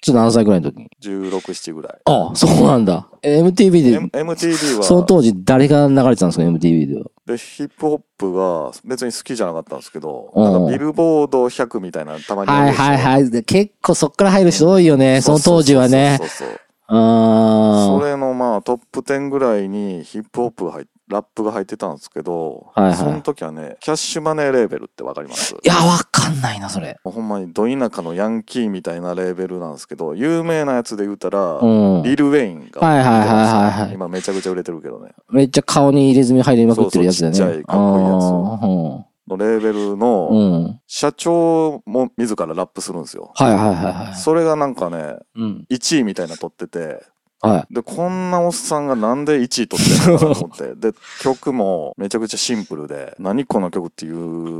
Speaker 2: ちょっと何歳ぐらいの時に。
Speaker 3: 1617ぐらい
Speaker 2: ああ、そうなんだ。MTV
Speaker 3: M-
Speaker 2: で、
Speaker 3: MTV は
Speaker 2: その当時誰が流れてたんですか、MTV では。
Speaker 3: でヒップホップが別に好きじゃなかったんですけど、
Speaker 2: うん
Speaker 3: なんかビルボード100みたいなのたまに
Speaker 2: はいはい
Speaker 3: い。
Speaker 2: はい。で結構そっから入る人多いよね、その当時はね
Speaker 3: そ。うそうそうそうそ
Speaker 2: あ
Speaker 3: れのまあトップ10ぐらいにヒップホップが入っラップが入ってたんですけど、
Speaker 2: はいはい
Speaker 3: その時はね、キャッシュマネーレーベルってわかります
Speaker 2: いや、わかんないな、それ。
Speaker 3: もうほんまにど田舎のヤンキーみたいなレーベルなんですけど、有名なやつで言うたら、
Speaker 2: うん。
Speaker 3: リル・ウェインが、
Speaker 2: はいはいはいはいはい
Speaker 3: 今めちゃくちゃ売れてるけどね。
Speaker 2: めっちゃ顔に入れ墨入りまくってるやつだよね。
Speaker 3: そうそうちっちゃいかっこいいやつのレー
Speaker 2: あ
Speaker 3: ベル
Speaker 2: ーう
Speaker 3: の
Speaker 2: ん。うん。
Speaker 3: 社長も自らラップするんですよ。
Speaker 2: はいはいはいはい。
Speaker 3: それがなんかね、
Speaker 2: うん。
Speaker 3: 1位みたいなの取ってて、
Speaker 2: はい。
Speaker 3: で、こんなおっさんがなんで1位取ってるのかなと思って、
Speaker 2: *laughs*
Speaker 3: で、曲もめちゃくちゃシンプルで、何この曲ってい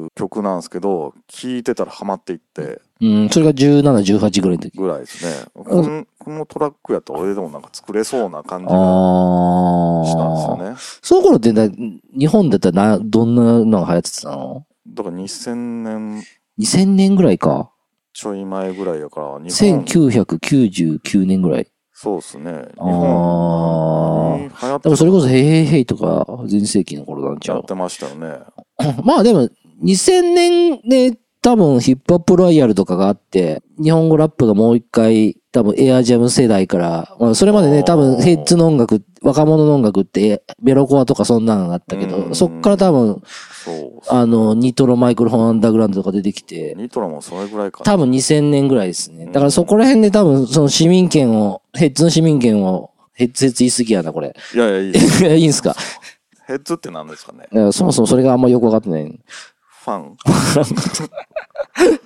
Speaker 3: う曲なんですけど、聴いてたらハマっていって
Speaker 2: うん、それが17、18ぐらいの時。
Speaker 3: ぐらいですね。
Speaker 2: う
Speaker 3: こんこのトラックやったら俺でもなんか作れそうな感じ
Speaker 2: あ
Speaker 3: がしたんですよ
Speaker 2: あ。
Speaker 3: ね。
Speaker 2: その頃ってな日本だったらな、どんなのが流行ってたの
Speaker 3: だから2000年
Speaker 2: ?2000 年ぐらいか。
Speaker 3: ちょい前ぐらいやから、日本、
Speaker 2: 1999年ぐらい。
Speaker 3: そうですね。日
Speaker 2: あー
Speaker 3: 本、流行っ
Speaker 2: だか
Speaker 3: て
Speaker 2: らそれこそ、へいへいへいとか、全盛期の頃なんちゃ
Speaker 3: や
Speaker 2: う
Speaker 3: っ。てましたよね。
Speaker 2: まあでも、2000年で多分ヒップホップロイヤルとかがあって、日本語ラップがもう一回、多分エアジャム世代から、まあ、それまで
Speaker 3: あ
Speaker 2: ね、
Speaker 3: ー
Speaker 2: 多分ヘッズの音楽、若者の音楽って、ベロコアとかそんなのがあったけ
Speaker 3: う
Speaker 2: ど、
Speaker 3: ん
Speaker 2: そっから多分、
Speaker 3: そう。
Speaker 2: あの、ニトロマイクロフォンアンダーグラウンドとか出てきて、
Speaker 3: ニトラもそれぐらいかな。
Speaker 2: 多分2000年ぐらいですね。だからそこら辺で多分その市民権を、ヘッズの市民権を、ヘッズヘッズ言いすぎやな、これ。 *laughs*
Speaker 3: いやいや、いいです
Speaker 2: いいんすか
Speaker 3: ヘッズって何ですかね
Speaker 2: だからそもそもそれがあんまよくわかってない。
Speaker 3: フ
Speaker 2: *laughs*
Speaker 3: ァンフ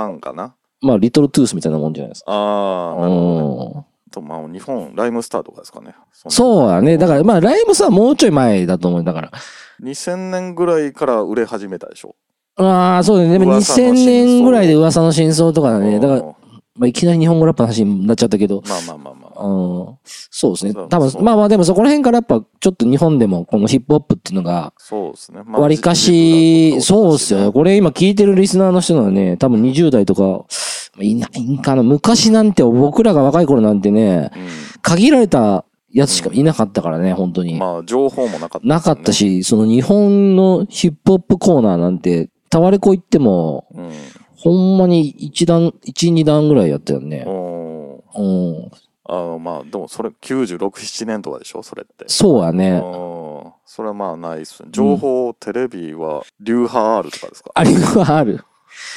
Speaker 3: ァンかな
Speaker 2: まあ、リトルトゥースみたいなもんじゃないですか。
Speaker 3: ああ、なるほどね。
Speaker 2: うん
Speaker 3: と、まあ、日本、ライムスターとかですかね。
Speaker 2: そうだね。だから、まあ、ライブさ、もうちょい前だと思う。だから。
Speaker 3: う。2000年ぐらいから売れ始めたでしょ。
Speaker 2: ああ、そうだね。でも
Speaker 3: 噂の
Speaker 2: 2000
Speaker 3: 真相
Speaker 2: 年ぐらいで噂の真相とかだね。だから、
Speaker 3: うん
Speaker 2: まあ、いきなり日本語ラップの話になっちゃったけど。
Speaker 3: まあまあまあまあ。
Speaker 2: うん、そうですね。
Speaker 3: そう
Speaker 2: 多
Speaker 3: そう
Speaker 2: 分、まあまあでもそこら辺からやっぱちょっと日本でもこのヒップホップっていうのが、
Speaker 3: そうですね。まあ
Speaker 2: わりかし、そうっすよね。。これ今聞いてるリスナーの人なのね、多分20代とか、まあいないんかな。昔なんて僕らが若い頃なんてね、
Speaker 3: う
Speaker 2: 限られたやつしかいなかったからね、本当に。
Speaker 3: ん、まあ、情報もなかった、
Speaker 2: なかった。し、その日本のヒップホップコーナーなんて、タワレコ行っても、
Speaker 3: うん。
Speaker 2: ほんまに一段、一、二段ぐらいやったよね。
Speaker 3: おー
Speaker 2: うん。
Speaker 3: あの、まあ、でもそれ96、7年とかでしょそれって。
Speaker 2: そうやね。
Speaker 3: うんそれはまあないっすね。情報、テレビは、流派 R とかですか
Speaker 2: あ、リューファール。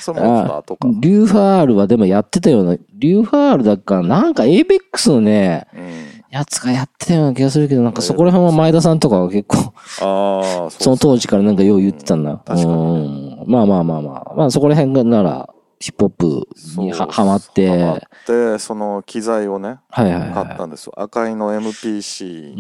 Speaker 3: それもちょっと後か。
Speaker 2: リューファールはでもやってたような、リューファールだから、なんかエイベックスのね、
Speaker 3: うん。
Speaker 2: やつがやってたような気がするけど、なんかそこら辺は前田さんとかは結構、
Speaker 3: ああ、
Speaker 2: その当時からなんかよう言ってたんだ。
Speaker 3: うん確かに
Speaker 2: うんまあまあまあまあ。まあそこら辺がなら、ヒップホップ
Speaker 3: そう
Speaker 2: にははまって、
Speaker 3: ハマ
Speaker 2: は
Speaker 3: っ
Speaker 2: い
Speaker 3: て、その機材をね、
Speaker 2: はいはい。
Speaker 3: 買ったんですよ。赤いの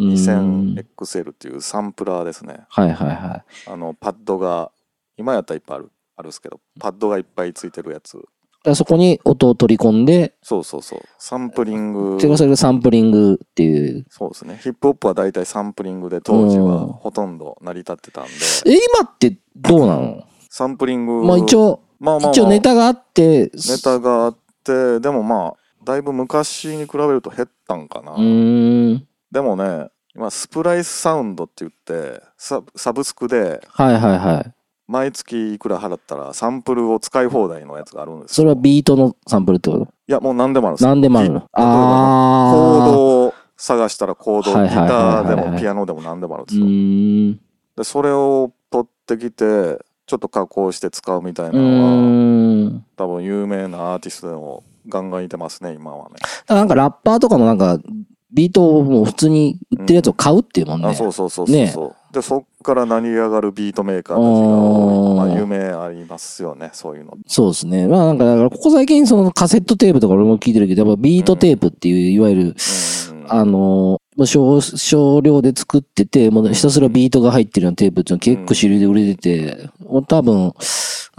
Speaker 3: MPC2000XL っていうサンプラーですね。
Speaker 2: はいはいは
Speaker 3: あの、パッドが、今やったらいっぱいある、あるっすけど、パッドがいっぱいついてるやつ。
Speaker 2: い。でそこに音を取り込んで、
Speaker 3: そうそうそう。サンプリング。
Speaker 2: それがそれがサンプリングっていう。
Speaker 3: そうですね。ヒップホップは大体サンプリングで、当時
Speaker 2: う
Speaker 3: は
Speaker 2: ん
Speaker 3: ほとんど成り立ってたんで、
Speaker 2: え、今ってどうなの
Speaker 3: サンプリング。
Speaker 2: まあ一応、
Speaker 3: まあまあまあ
Speaker 2: 一応ネタがあって、
Speaker 3: ネタがあってでもまあだいぶ昔に比べると減ったんかな、
Speaker 2: うーん。
Speaker 3: でもね今スプライスサウンドって言ってササブスクで
Speaker 2: はいはいはい。
Speaker 3: 毎月いくら払ったらサンプルを使い放題のやつがあるんです
Speaker 2: それはビートのサンプルってこと
Speaker 3: いやもう何でもあるんですよ
Speaker 2: 何でもある
Speaker 3: ビ
Speaker 2: の。
Speaker 3: 例えばコ
Speaker 2: あ
Speaker 3: ー
Speaker 2: あ。
Speaker 3: ドを探したらコード
Speaker 2: はい
Speaker 3: ギ
Speaker 2: はいはいは
Speaker 3: タ
Speaker 2: い
Speaker 3: ーでもピアノでも何でもあるんです
Speaker 2: う
Speaker 3: よ
Speaker 2: ーん。
Speaker 3: でそれを取ってきてちょっと加工して使うみたいうなのは
Speaker 2: ーん。
Speaker 3: 多分有名なアーティストでもガンガンいてますね今はね
Speaker 2: なんかラッパーとかもなんか、ビートをもう普通に売ってるやつを買うっていうもんね。
Speaker 3: あそうそうそうそうそう、でそっから成り上がるビートメーカーたちが多い
Speaker 2: あー
Speaker 3: まあ有名ありますよねそういうの
Speaker 2: そうですね。まあなんか、だからここ最近そのカセットテープとか俺も聞いてるけど、やっぱビートテープっていう、いわゆる、
Speaker 3: うん
Speaker 2: あのーもう少、少量で作ってて、もうひたすらビートが入ってるようなテープっていうの結構主流で売れてて、多分、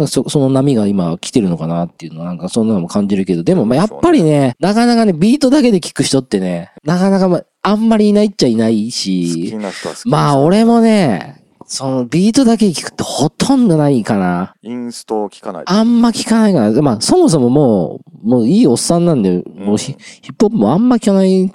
Speaker 2: そその波が今来てるのかなっていうのは、なんかそんなのも感じるけど、でもまあやっぱりね、なかなかね、ビートだけで聞く人ってね、なかなかまあ、あんまりいないっちゃいない
Speaker 3: 好き
Speaker 2: し、
Speaker 3: な人は好き
Speaker 2: まあ俺もね、そのビートだけ聞くってほとんどないかな。
Speaker 3: インストを聞かない
Speaker 2: あんま聞かないから、まあそもそももう、もういいおっさんなんで、もうヒ
Speaker 3: うん
Speaker 2: ヒップホップもあんま聞かない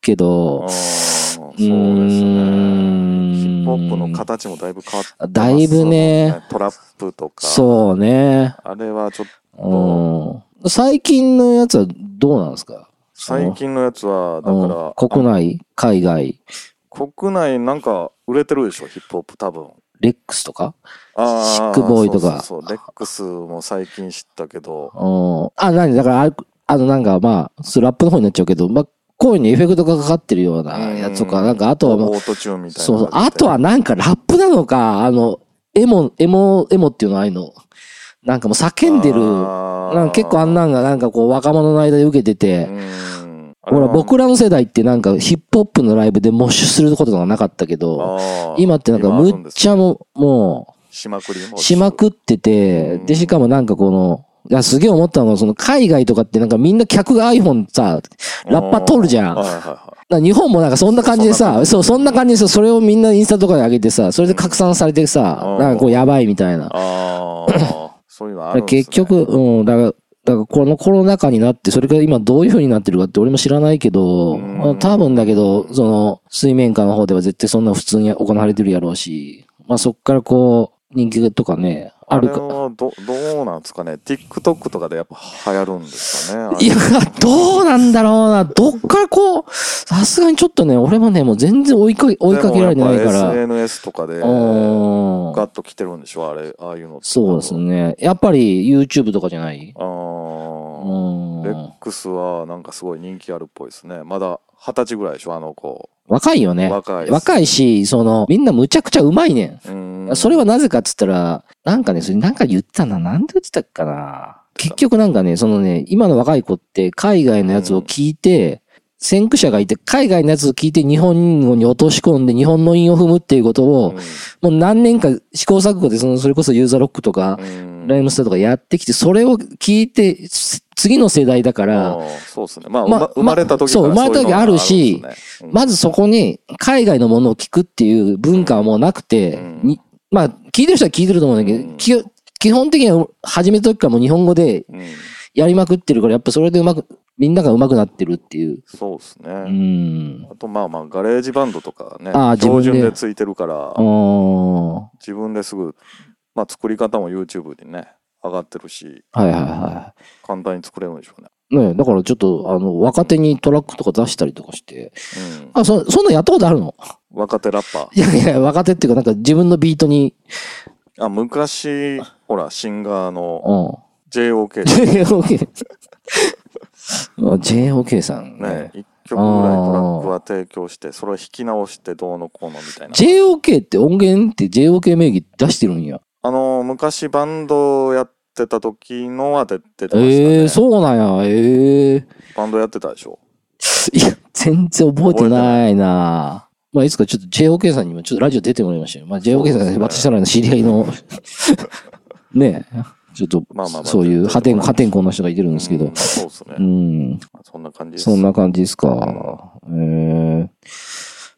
Speaker 2: け
Speaker 3: あ
Speaker 2: ど
Speaker 3: ー、そうです
Speaker 2: うー
Speaker 3: ねヒッ
Speaker 2: ん
Speaker 3: プホップの形もだいぶ変わってます
Speaker 2: だいぶね
Speaker 3: もんトラップとか
Speaker 2: そうね。
Speaker 3: あれはちょっと
Speaker 2: うん。最近のやつはどうなんですか
Speaker 3: 最近のやつはだ
Speaker 2: うん
Speaker 3: から
Speaker 2: 国内、海外、
Speaker 3: あ国内なんか売れてるでしょヒップホップ多分
Speaker 2: レックスとか
Speaker 3: あー
Speaker 2: シックボーイとか
Speaker 3: そうそうそうレックスも最近知ったけど
Speaker 2: うん。あ、なにだからあ、あのなんかまあ、それラップの方になっちゃうけど、まあ、声にエフェクトがかかってるようなやつとか、
Speaker 3: うん
Speaker 2: なんかあとはまあ
Speaker 3: オートチューンみたいな
Speaker 2: そうそう。あとはなんかラップなのか、あの、エモ、エモ、エモっていうのああいうの。なんかもう叫んでる。なんか結構あん
Speaker 3: な、
Speaker 2: なんがなんかこう若者の間で受けて
Speaker 3: う
Speaker 2: て。
Speaker 3: ん、
Speaker 2: ほら、僕らの世代ってなんかヒップホップのライブでモッシュすることがなかったけど、
Speaker 3: あー
Speaker 2: 今ってなんかむっち
Speaker 3: 今あるんです
Speaker 2: ゃもう、も
Speaker 3: しまくり
Speaker 2: う、しまくってて、
Speaker 3: うん
Speaker 2: で、しかもなんかこの、いやすげえ思ったのが、その海外とかってなんかみんな客が iPhone さ、ラッパ撮るじゃん
Speaker 3: はいはいは
Speaker 2: だから日本もなんかそんな感じでさ、そう、そんな感じでさ、それをみんなインスタとかで上げてさ、それで拡散されてさ
Speaker 3: う、ん
Speaker 2: なんかこうやばいみたいな。だか
Speaker 3: いああそういうのある
Speaker 2: ら
Speaker 3: んです、ね、
Speaker 2: 結局、うん、だから、だからこのコロナ禍になって、それから今どういう風になってるかって俺も知らないけど、
Speaker 3: うん
Speaker 2: まあ多分だけど、その、水面下の方では絶対そんな普通に行われてるやろうし、まあそっからこう、人気とかね、あ
Speaker 3: あれ
Speaker 2: るか。
Speaker 3: はどどうなんですかね TikTok とかでやっぱ流行るんですかねあれ
Speaker 2: いや、どうなんだろうな。どっからこう、さすがにちょっとね、俺もね、もう全然追いかけ、追いかけられてないか
Speaker 3: でもやっぱ
Speaker 2: ら。
Speaker 3: SNS とかで
Speaker 2: う
Speaker 3: ガ
Speaker 2: ん。
Speaker 3: ッと来てるんでしょあれああいうのって
Speaker 2: そうですね。やっぱり YouTube とかじゃない
Speaker 3: ああ、
Speaker 2: うー
Speaker 3: レ
Speaker 2: ん
Speaker 3: ッ。クスはなんかすごい人気あるっぽいですねまだ二十歳ぐらいでしょあの子
Speaker 2: 若いよね。
Speaker 3: 若いです
Speaker 2: 若いし、その、みんなむちゃくちゃうまいね
Speaker 3: うん
Speaker 2: ん。それはなぜかっつったら、なんかね、それなんか言ってたな。なんで言ってたっかな。結局なんかね、そのね、今の若い子って海外のやつを聞いて、先駆者がいて、海外のやつを聞いて日本語に落とし込んで日本の韻を踏むっていうことを、もう何年か試行錯誤で、その、それこそユーザーロックとか、
Speaker 3: うん
Speaker 2: ライムスターとかやってきて、それを聞いて、す次の世代だから、
Speaker 3: ああそうですね。まあ、
Speaker 2: ま
Speaker 3: ま生まれた時
Speaker 2: そう
Speaker 3: からいの
Speaker 2: 生ま
Speaker 3: が
Speaker 2: れた時あるし
Speaker 3: あるんですねうん
Speaker 2: まずそこに海外のものを聞くっていう文化はもうなくて、
Speaker 3: うん
Speaker 2: にまあ聞いてる人は聞いてると思うんだけど、
Speaker 3: うん
Speaker 2: き基本的には始めた時からもう日本語で
Speaker 3: うん
Speaker 2: やりまくってるから、やっぱそれでうまく、みんながうまくなってるっていう。
Speaker 3: そうですね。
Speaker 2: うん。
Speaker 3: あと、まあまあ、ガレージバンドとかね、
Speaker 2: ああ自分
Speaker 3: 標
Speaker 2: で
Speaker 3: 準でついてるから
Speaker 2: あ、あ。は
Speaker 3: 自分ですぐ、まあ、作り方も YouTube にね、上がってるし、
Speaker 2: いはいは
Speaker 3: 簡単に作れるんでしょうね。
Speaker 2: ねだからちょっと、あの、若手にトラックとか出したりとかして。
Speaker 3: うん
Speaker 2: あ、そ、そんなんやったことあるの *laughs*
Speaker 3: 若手ラッパ
Speaker 2: いやいや、若手っていうか、なんか自分のビートに、
Speaker 3: ー。あ、昔、ほら、シンガーの
Speaker 2: うん。 *laughs*
Speaker 3: JOK ね、
Speaker 2: JOK。JOK さんね。
Speaker 3: 1曲ぐらいトラックは提供して、それを弾き直してどうのこうのみたいな。
Speaker 2: JOK って音源って JOK 名義出してるんや。
Speaker 3: あのー、昔バンドやってた時のは出てましたね。
Speaker 2: ええー、そうなんや。ええ
Speaker 3: バンドやってたでしょ。
Speaker 2: いや、全然覚えてないなまあ、いつかちょっと JOK さんにもちょっとラジオ出てもらいましたよ。まあ、JOK さん、私らの知り合い
Speaker 3: *laughs*
Speaker 2: の、ねえ、ちょっと、
Speaker 3: まあまあまあ
Speaker 2: そういう破天
Speaker 3: 出てもらい
Speaker 2: 荒、
Speaker 3: ます
Speaker 2: 破天荒な人がいてるんですけ
Speaker 3: う
Speaker 2: ど
Speaker 3: ん。そうですね
Speaker 2: う。ん、
Speaker 3: そんな感じです。
Speaker 2: そんな感じですか。えー、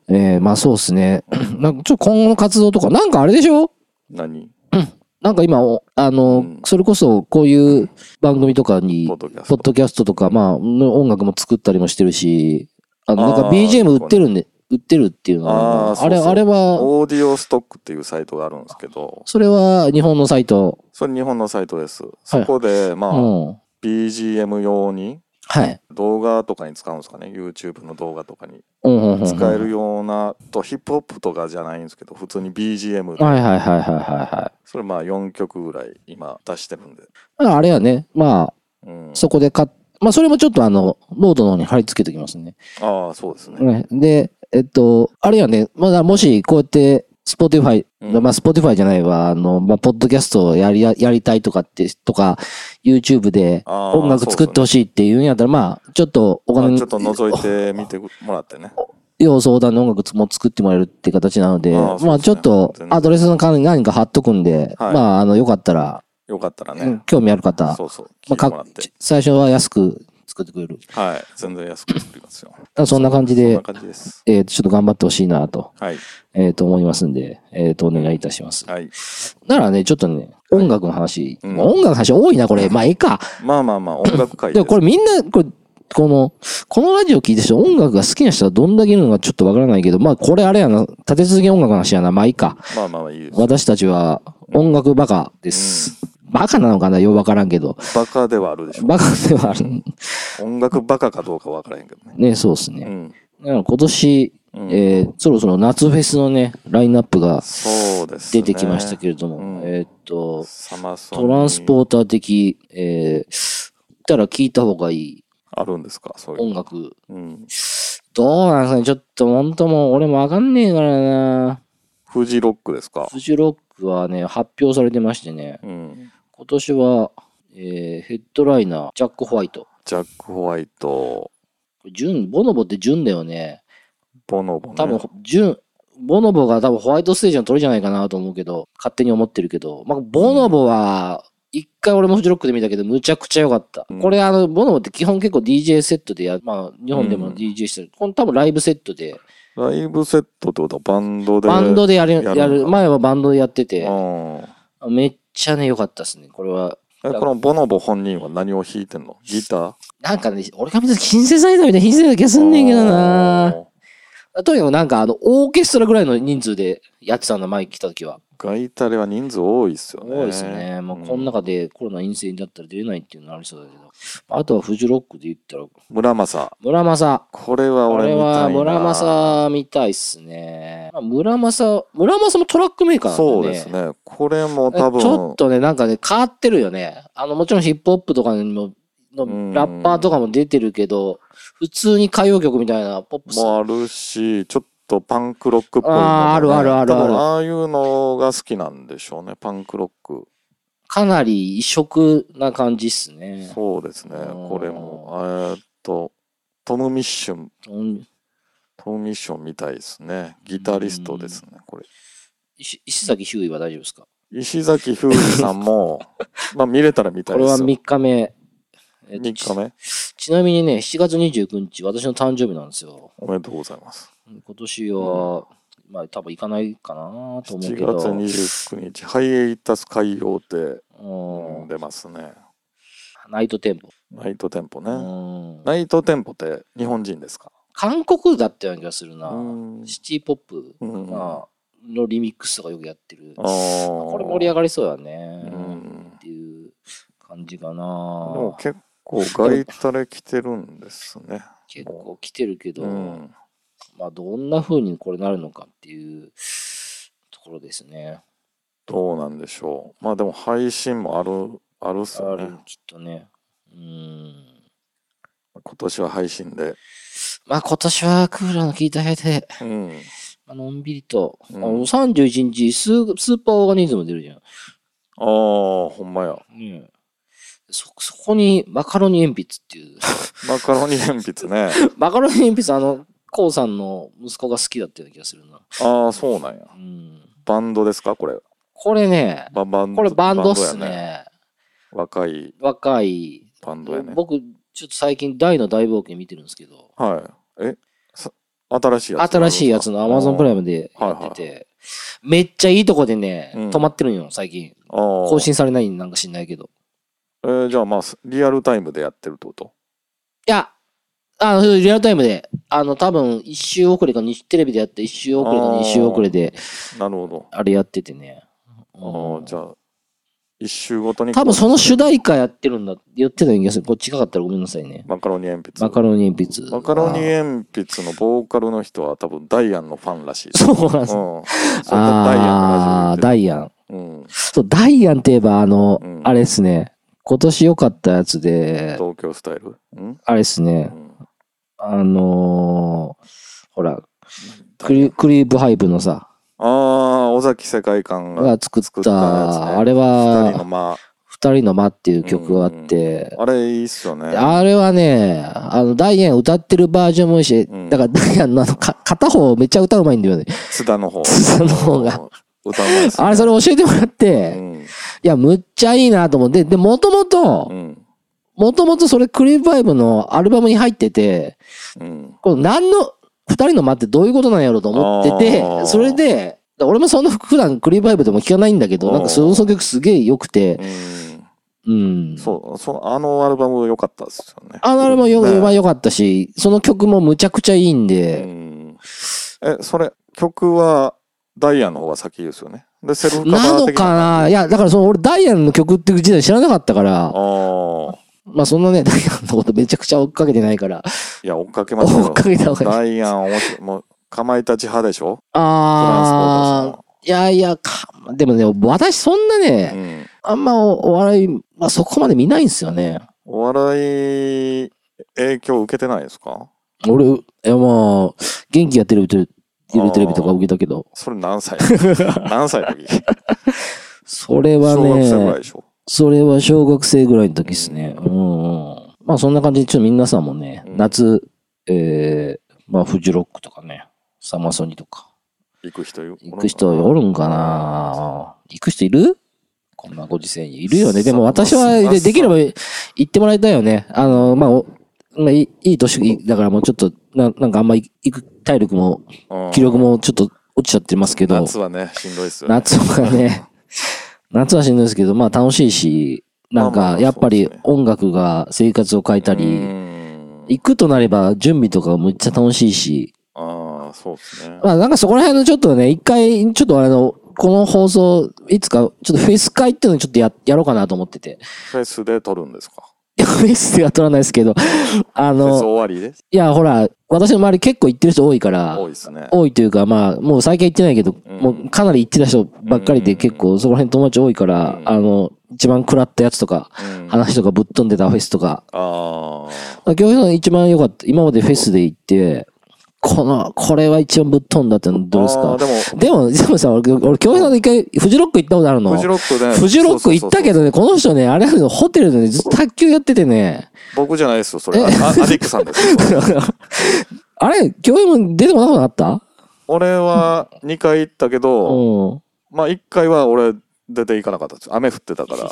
Speaker 2: えー、まあそうですね。 *clears throat* なんかちょっと今後の活動とか、なんかあれでしょ
Speaker 3: 何
Speaker 2: なんか今、おあの、
Speaker 3: うん
Speaker 2: それこそこういう番組とかに
Speaker 3: ポッ、ドキャス
Speaker 2: ポ
Speaker 3: ト
Speaker 2: ッ。ドキャストとか、まあ、の音楽も作ったりもしてるし、あの、
Speaker 3: あ
Speaker 2: な
Speaker 3: ー
Speaker 2: んか BGM 売ってるんで、売ってるっていうのは、
Speaker 3: あー
Speaker 2: あれ、
Speaker 3: そうそう
Speaker 2: あれは、
Speaker 3: オーディオストックっていうサイトがあるんですけど、
Speaker 2: それは日本のサイト。
Speaker 3: それ日本のサイトです。そこで、ま
Speaker 2: う
Speaker 3: あ、
Speaker 2: ん。
Speaker 3: BGM 用に
Speaker 2: はい。
Speaker 3: 動画とかに使うんですかね。YouTube の動画とかに
Speaker 2: うんうんうんうん、
Speaker 3: 使えるような、とヒップホップとかじゃないんですけど、普通に BGM で、
Speaker 2: はいはいはいはいはいは
Speaker 3: それまあ4曲ぐらい今出してるんで。
Speaker 2: い。あれやね、まあ、
Speaker 3: うん、
Speaker 2: そこで買っまあ、それもちょっとあの、ノートの方に貼り付けておきますね。
Speaker 3: ああ、そうですね。
Speaker 2: ねで、えっと、あれやね、まだもしこうやって、スポティファイ、
Speaker 3: うん
Speaker 2: まあ、スポティファイじゃないわ、あの、まあ、ポッドキャストをやりや、やりたいとかって、とか、YouTube で
Speaker 3: あー
Speaker 2: 音楽作ってほしいっていうんやったら、まあ、ちょっとお金
Speaker 3: まあ
Speaker 2: に
Speaker 3: ちょっと覗いてみてもらってね。
Speaker 2: 要相談の音楽も作ってもらえるって形なので、
Speaker 3: あーそうですね
Speaker 2: まあ、ちょっと
Speaker 3: 全、然
Speaker 2: アドレスの管理何か貼っとくんで、
Speaker 3: はい
Speaker 2: まあ、あの、よかったら、
Speaker 3: よかったら
Speaker 2: うん
Speaker 3: ね。
Speaker 2: 興味ある方、
Speaker 3: そうそう。聞
Speaker 2: まあ
Speaker 3: いてもら
Speaker 2: か
Speaker 3: って。、
Speaker 2: 最初は安く作ってくれる。
Speaker 3: はい。全然安く作りますよ。
Speaker 2: あそんな感じ
Speaker 3: そん
Speaker 2: で
Speaker 3: な、感じです。
Speaker 2: えーちょっと頑張ってほしいなと、
Speaker 3: はい。
Speaker 2: えーと思いますんで、えーと、お願いいたします。
Speaker 3: はい。
Speaker 2: ならね、ちょっとね、音楽の話。
Speaker 3: うん
Speaker 2: まあ音楽の話多いな、これ。まあ、ええか。
Speaker 3: まあまあまあ、音楽会
Speaker 2: で
Speaker 3: で
Speaker 2: も
Speaker 3: す。
Speaker 2: これみんな、これ、この、このラジオ聞いてる人、音楽が好きな人はどんだけいるのかちょっとわからないけど、まあ、これあれやな、立て続けに音楽の話やな、まあ、いいか。
Speaker 3: まあまあまあ、いいです。
Speaker 2: 私たちは音楽バカです。バカなのかなようわからんけど。
Speaker 3: バカではあるでしょ
Speaker 2: バカではある。
Speaker 3: 音楽バカかどうかわからへんけどね。
Speaker 2: ね、そうです
Speaker 3: う
Speaker 2: ね。
Speaker 3: ん。
Speaker 2: だから今年、
Speaker 3: うん
Speaker 2: えーそろそろ夏フェスのね、ラインナップが
Speaker 3: そうですね。
Speaker 2: 出てきましたけれども、
Speaker 3: うん
Speaker 2: えーっと、
Speaker 3: サマソニ
Speaker 2: トランスポーター的、えー、言ったら聞いた方がいい
Speaker 3: あるんですかそういう。
Speaker 2: 音楽。どう
Speaker 3: うん。
Speaker 2: なんですかねちょっとほんともう俺もわかんねえからな。
Speaker 3: フジロックですか
Speaker 2: フジロックはね、発表されてましてね、
Speaker 3: うん。
Speaker 2: 今年は、えーヘッドライナー、ジャック・ホワイト。
Speaker 3: ジャック・ホワイト、
Speaker 2: これ純、ボノボって純だよね。
Speaker 3: ボノボね。
Speaker 2: 多分、純、ボノボが多分ホワイトステージの鳥じゃないかなと思うけど、勝手に思ってるけど、まあ、ボノボは、一回俺もフジロックで見たけど、むちゃくちゃ良かった。
Speaker 3: うん
Speaker 2: これあの、ボノボって基本結構 DJ セットでや、まあ、日本で
Speaker 3: う
Speaker 2: も
Speaker 3: ん
Speaker 2: DJ してる。この多分ライブセットで、
Speaker 3: ライブセットってことはバンドで。
Speaker 2: バンドでやる、
Speaker 3: やるんだ
Speaker 2: やる、前はバンドでやって
Speaker 3: う
Speaker 2: て、
Speaker 3: ん。
Speaker 2: めっちゃね、良かったですね。これは、
Speaker 3: えこのボノボ本人は何を弾いてんのギター
Speaker 2: なんかね、俺が見た時シンセサイザーみたいなシンセサイザー気がすんねんけどな
Speaker 3: おー
Speaker 2: とにかくなんかあの、オーケストラぐらいの人数でやってたんだ、前来た時は。
Speaker 3: ガイタレは人数多いっすよね。
Speaker 2: 多いですね。まあ、この
Speaker 3: な。
Speaker 2: 中でコロナ陰性だったら出れないっていうのはありそうだけど。あとはフジロックで言ったら、
Speaker 3: 村正。
Speaker 2: 村正。
Speaker 3: これは
Speaker 2: こ
Speaker 3: 俺
Speaker 2: れ
Speaker 3: 見たいな。
Speaker 2: は村正みたいっすね。まあ村正、村正もトラックメーカーなんで、ね。
Speaker 3: そうですね。これも多分。
Speaker 2: ちょっとね、なんかね、変わってるよね。あの、もちろんヒップホップとかにも、
Speaker 3: うん
Speaker 2: のラッパーとかも出てるけど、普通に歌謡曲みたいなポップス。
Speaker 3: もあるし、ちょっとパンクロックっぽいのもね、
Speaker 2: あーあるあるあるある
Speaker 3: 多分ああいうのが好きなんでしょうね、パンクロック。
Speaker 2: かなり異色な感じっすね。
Speaker 3: そうですね、
Speaker 2: うん
Speaker 3: これも。えーっと、トム・ミッション、
Speaker 2: うん
Speaker 3: トム・ミッションみたいですね。ギタリストですね、これ。
Speaker 2: 石石崎ひゅーいは大丈夫ですか
Speaker 3: 石崎ひゅーいさん
Speaker 2: *laughs*
Speaker 3: も、まあ見れたら見た
Speaker 2: こ
Speaker 3: い
Speaker 2: れ
Speaker 3: です
Speaker 2: は
Speaker 3: よ。
Speaker 2: 3日目。えっと
Speaker 3: 3日目
Speaker 2: ちなみにね、7月29日、私の誕生日なんですよ。
Speaker 3: おめでとうございます。
Speaker 2: 今年は、まあ多分行かないかなと思うけ
Speaker 3: 7
Speaker 2: ど。
Speaker 3: 月29日、ハイエイタス海洋で
Speaker 2: うん
Speaker 3: 出ますね。
Speaker 2: ナイトテンポ。
Speaker 3: ナイトテンポね。
Speaker 2: うん
Speaker 3: ナイトテンポって日本人ですか
Speaker 2: 韓国だったような気がするな。
Speaker 3: うん
Speaker 2: シティポップ
Speaker 3: うん
Speaker 2: まあのリミックスとかよくやってる。
Speaker 3: こ
Speaker 2: これ盛り上がりそうやね。
Speaker 3: うん
Speaker 2: っていう感じかな。
Speaker 3: でも結構外タレ来てるんですね。
Speaker 2: 結構来てるけど、
Speaker 3: うん。
Speaker 2: まあどんな風にこれなるのかっていうところですね。
Speaker 3: どうなんでしょう。まあでも配信もある、あるっす
Speaker 2: あ
Speaker 3: よ
Speaker 2: る
Speaker 3: ね。
Speaker 2: きっとね。うん。
Speaker 3: 今年は配信
Speaker 2: *laughs*
Speaker 3: で。
Speaker 2: まあ今年はクーラーの効いた部屋で、
Speaker 3: うん。
Speaker 2: まあのんびりと、
Speaker 3: うん
Speaker 2: あの31日スースーパーオーガニズム出るじゃん。
Speaker 3: ああ、ほんまや。
Speaker 2: ねえそ、そこにマカロニ鉛筆って
Speaker 3: *laughs*
Speaker 2: いう。
Speaker 3: マカロニ鉛筆ね。
Speaker 2: マカロニ鉛筆あの、コウさんの息子が好きだったような気がするな。
Speaker 3: ああ、そうなんや。
Speaker 2: うん。
Speaker 3: バンドですかこれ。
Speaker 2: これね、
Speaker 3: ババン
Speaker 2: こ
Speaker 3: ド。
Speaker 2: れバンドっす
Speaker 3: バンドや
Speaker 2: ね。
Speaker 3: 若い
Speaker 2: 若い。
Speaker 3: バンドやね。
Speaker 2: 僕、ちょっと最近大の大冒険見てるんですけど、
Speaker 3: はい。えさ新しいやつ
Speaker 2: 新しいやつのアマゾンプライムでやってて、めっちゃいいとこでね、
Speaker 3: うん
Speaker 2: 止まってるんよ、最近。
Speaker 3: 更
Speaker 2: 更。新されないなんか知んないけど。
Speaker 3: あーえーじゃあまあ、リアルタイムでやってるってこと
Speaker 2: いや、あの、リアルタイムで、あの、多分、一周遅れか、にテレビでやって、一周遅れか、
Speaker 3: あー
Speaker 2: 二周遅れで、
Speaker 3: なるほど。
Speaker 2: あれやっててね。
Speaker 3: あ
Speaker 2: う
Speaker 3: あ、
Speaker 2: ん
Speaker 3: じゃあ、一周ごとに。
Speaker 2: 多分その主題歌やってるんだ、やってたような気がする。こっちかかったらごめんなさいね。
Speaker 3: マカロニ鉛筆。
Speaker 2: マカロニ鉛筆。
Speaker 3: マカロニ
Speaker 2: あー
Speaker 3: 鉛筆のボーカルの人は多分ダイアンのファンらしいです。
Speaker 2: そうなんで
Speaker 3: うん。
Speaker 2: す。
Speaker 3: それとダイアン
Speaker 2: ああー、
Speaker 3: のラ
Speaker 2: ダイアン。
Speaker 3: ジオに出てるうん。
Speaker 2: そう、ダイアンって言えば、あの、
Speaker 3: うん
Speaker 2: あれですね。今年良かったやつで、
Speaker 3: 東京スタイル。うん。
Speaker 2: あれです
Speaker 3: う
Speaker 2: ね。
Speaker 3: ん
Speaker 2: あのーほら、クリクリーブハイブのさ、
Speaker 3: ああ、尾崎世界観が
Speaker 2: が作っ
Speaker 3: 作ったやつね
Speaker 2: た、あれ
Speaker 3: 二人の
Speaker 2: は、
Speaker 3: 間。
Speaker 2: 二人の間っていう曲があって、
Speaker 3: あれいいっすよね。
Speaker 2: あれはね、あの、ダイアン歌ってるバージョンもいいし、
Speaker 3: うん
Speaker 2: だからダイアンのあの、か片方めっちゃ歌うまいんだよね。
Speaker 3: 津田の方。
Speaker 2: 津田の方が
Speaker 3: うん。歌うまいっすよ
Speaker 2: あれ、それ教えてもらっ
Speaker 3: う
Speaker 2: て、
Speaker 3: ん。
Speaker 2: いや、むっちゃいいなと思って、で、もともと
Speaker 3: う、ん。
Speaker 2: もともとそれクリープハイブのアルバムに入ってて、
Speaker 3: うん。
Speaker 2: この何の、二人の間ってどういうことなんやろうと思って
Speaker 3: あー
Speaker 2: て、それで、俺もそんな普段クリープハイブでも聞かないんだけ
Speaker 3: う
Speaker 2: ど、
Speaker 3: ん
Speaker 2: なんかその曲すげえ良くて、
Speaker 3: うん。
Speaker 2: うん。
Speaker 3: そう、そう、あのアルバム良かったですよね。
Speaker 2: あのアルバム
Speaker 3: ね
Speaker 2: 4番良かったし、その曲もむちゃくちゃいいん
Speaker 3: う
Speaker 2: で、
Speaker 3: んえ、それ、曲は、ダイヤの方が先ですよね。で、セルフカバ
Speaker 2: な
Speaker 3: ー
Speaker 2: の
Speaker 3: 的
Speaker 2: かないや、だからその俺ダイアンの曲っていう時代知らなかったか
Speaker 3: あ
Speaker 2: ら、
Speaker 3: あ。
Speaker 2: まあそんなね、 *laughs* ダイアンのことめちゃくちゃ追っかけてないから、
Speaker 3: いや、追っかけますよ。
Speaker 2: 追っかけた方がいい。
Speaker 3: ダイヤン面白い。もう、かまいたち派でしょ
Speaker 2: ああ、いやいや、かでもね、私そんな
Speaker 3: トランスポーターさ
Speaker 2: ね、
Speaker 3: んうん。
Speaker 2: あんまおお笑い、まあそこまで見ないんですよね。
Speaker 3: お笑い、影響受けてないですか
Speaker 2: 俺、いやまあ、元気やってるテレテレテレビとか受けたけど、
Speaker 3: それ何
Speaker 2: *laughs*
Speaker 3: 歳何歳の時
Speaker 2: それは
Speaker 3: 小学生ぐらい
Speaker 2: ね、
Speaker 3: でしょ。
Speaker 2: それは小学生ぐらいの時ですね。うん。まあそんな感じで、ちょっと皆さんもね、
Speaker 3: うん
Speaker 2: 夏、えー、まあフジロックとかね、サマソニとか、
Speaker 3: 行く人いる
Speaker 2: 行く人おるんかな行く人いるこんなご時世に。いるよね。でも私は、
Speaker 3: そう
Speaker 2: でできれば行ってもらいたいよね。あの、まあ、おまあ、いいいい年、だからもうちょっと、ななんかあんま行く体力も
Speaker 3: うん
Speaker 2: 気力もちょっと落ちちゃってますけど、
Speaker 3: 夏はね、しんどいっすよね。
Speaker 2: 夏は
Speaker 3: *laughs*
Speaker 2: ね、夏はしんどいですけど、まあ楽しいし、なん
Speaker 3: まあま
Speaker 2: か
Speaker 3: あ
Speaker 2: やっぱ
Speaker 3: そ
Speaker 2: り
Speaker 3: うですね
Speaker 2: 音楽が生活を変えた
Speaker 3: う
Speaker 2: り、
Speaker 3: ん
Speaker 2: 行くとなれば準備とかむっちゃ楽しいし、
Speaker 3: ああ、そうですね。
Speaker 2: まあなんかそこら辺のちょっとね、一回、ちょっとあの、この放送、いつか、ちょっとフェス会っていうのをちょっとや、やろうかなと思ってて。 *laughs*
Speaker 3: フェスで撮るんですか
Speaker 2: いやフェスでは撮らないですけど、あ
Speaker 3: フェス
Speaker 2: の、
Speaker 3: 終わりで
Speaker 2: いや、ほら、私の周り結構行ってる人多いから、
Speaker 3: 多いですね。
Speaker 2: 多いというか、まあ、もう最近は行ってないけど、
Speaker 3: うん
Speaker 2: もうかなり行ってた人ばっかり
Speaker 3: う
Speaker 2: で
Speaker 3: ん
Speaker 2: 結構そこら辺友達多いから、
Speaker 3: うん
Speaker 2: あの、一番食らったやつとか、
Speaker 3: うん
Speaker 2: 話とかぶっ飛んでたフェスとか、
Speaker 3: あ
Speaker 2: 京平さん一番良かった、今までフェスで行って、この、これは一番ぶっ飛んだってのどうです
Speaker 3: あー
Speaker 2: か
Speaker 3: で
Speaker 2: でも、でもさ、俺、俺京平さんと一回、フジロック行ったことあるの
Speaker 3: も、フジロックね。
Speaker 2: フジロック行ったけ
Speaker 3: ど。
Speaker 2: どね、この人ね、あれなんだよホテルでね、ずっと卓球やってて
Speaker 3: *laughs*
Speaker 2: ね、
Speaker 3: 僕じゃないですよ、それ。ああアディックさん
Speaker 2: *laughs*
Speaker 3: です。
Speaker 2: あれ、京平も出てこなくなった
Speaker 3: 俺は2回行ったけど、
Speaker 2: うん。
Speaker 3: まあ1回は俺出て行かなかったです。雨降ってたから。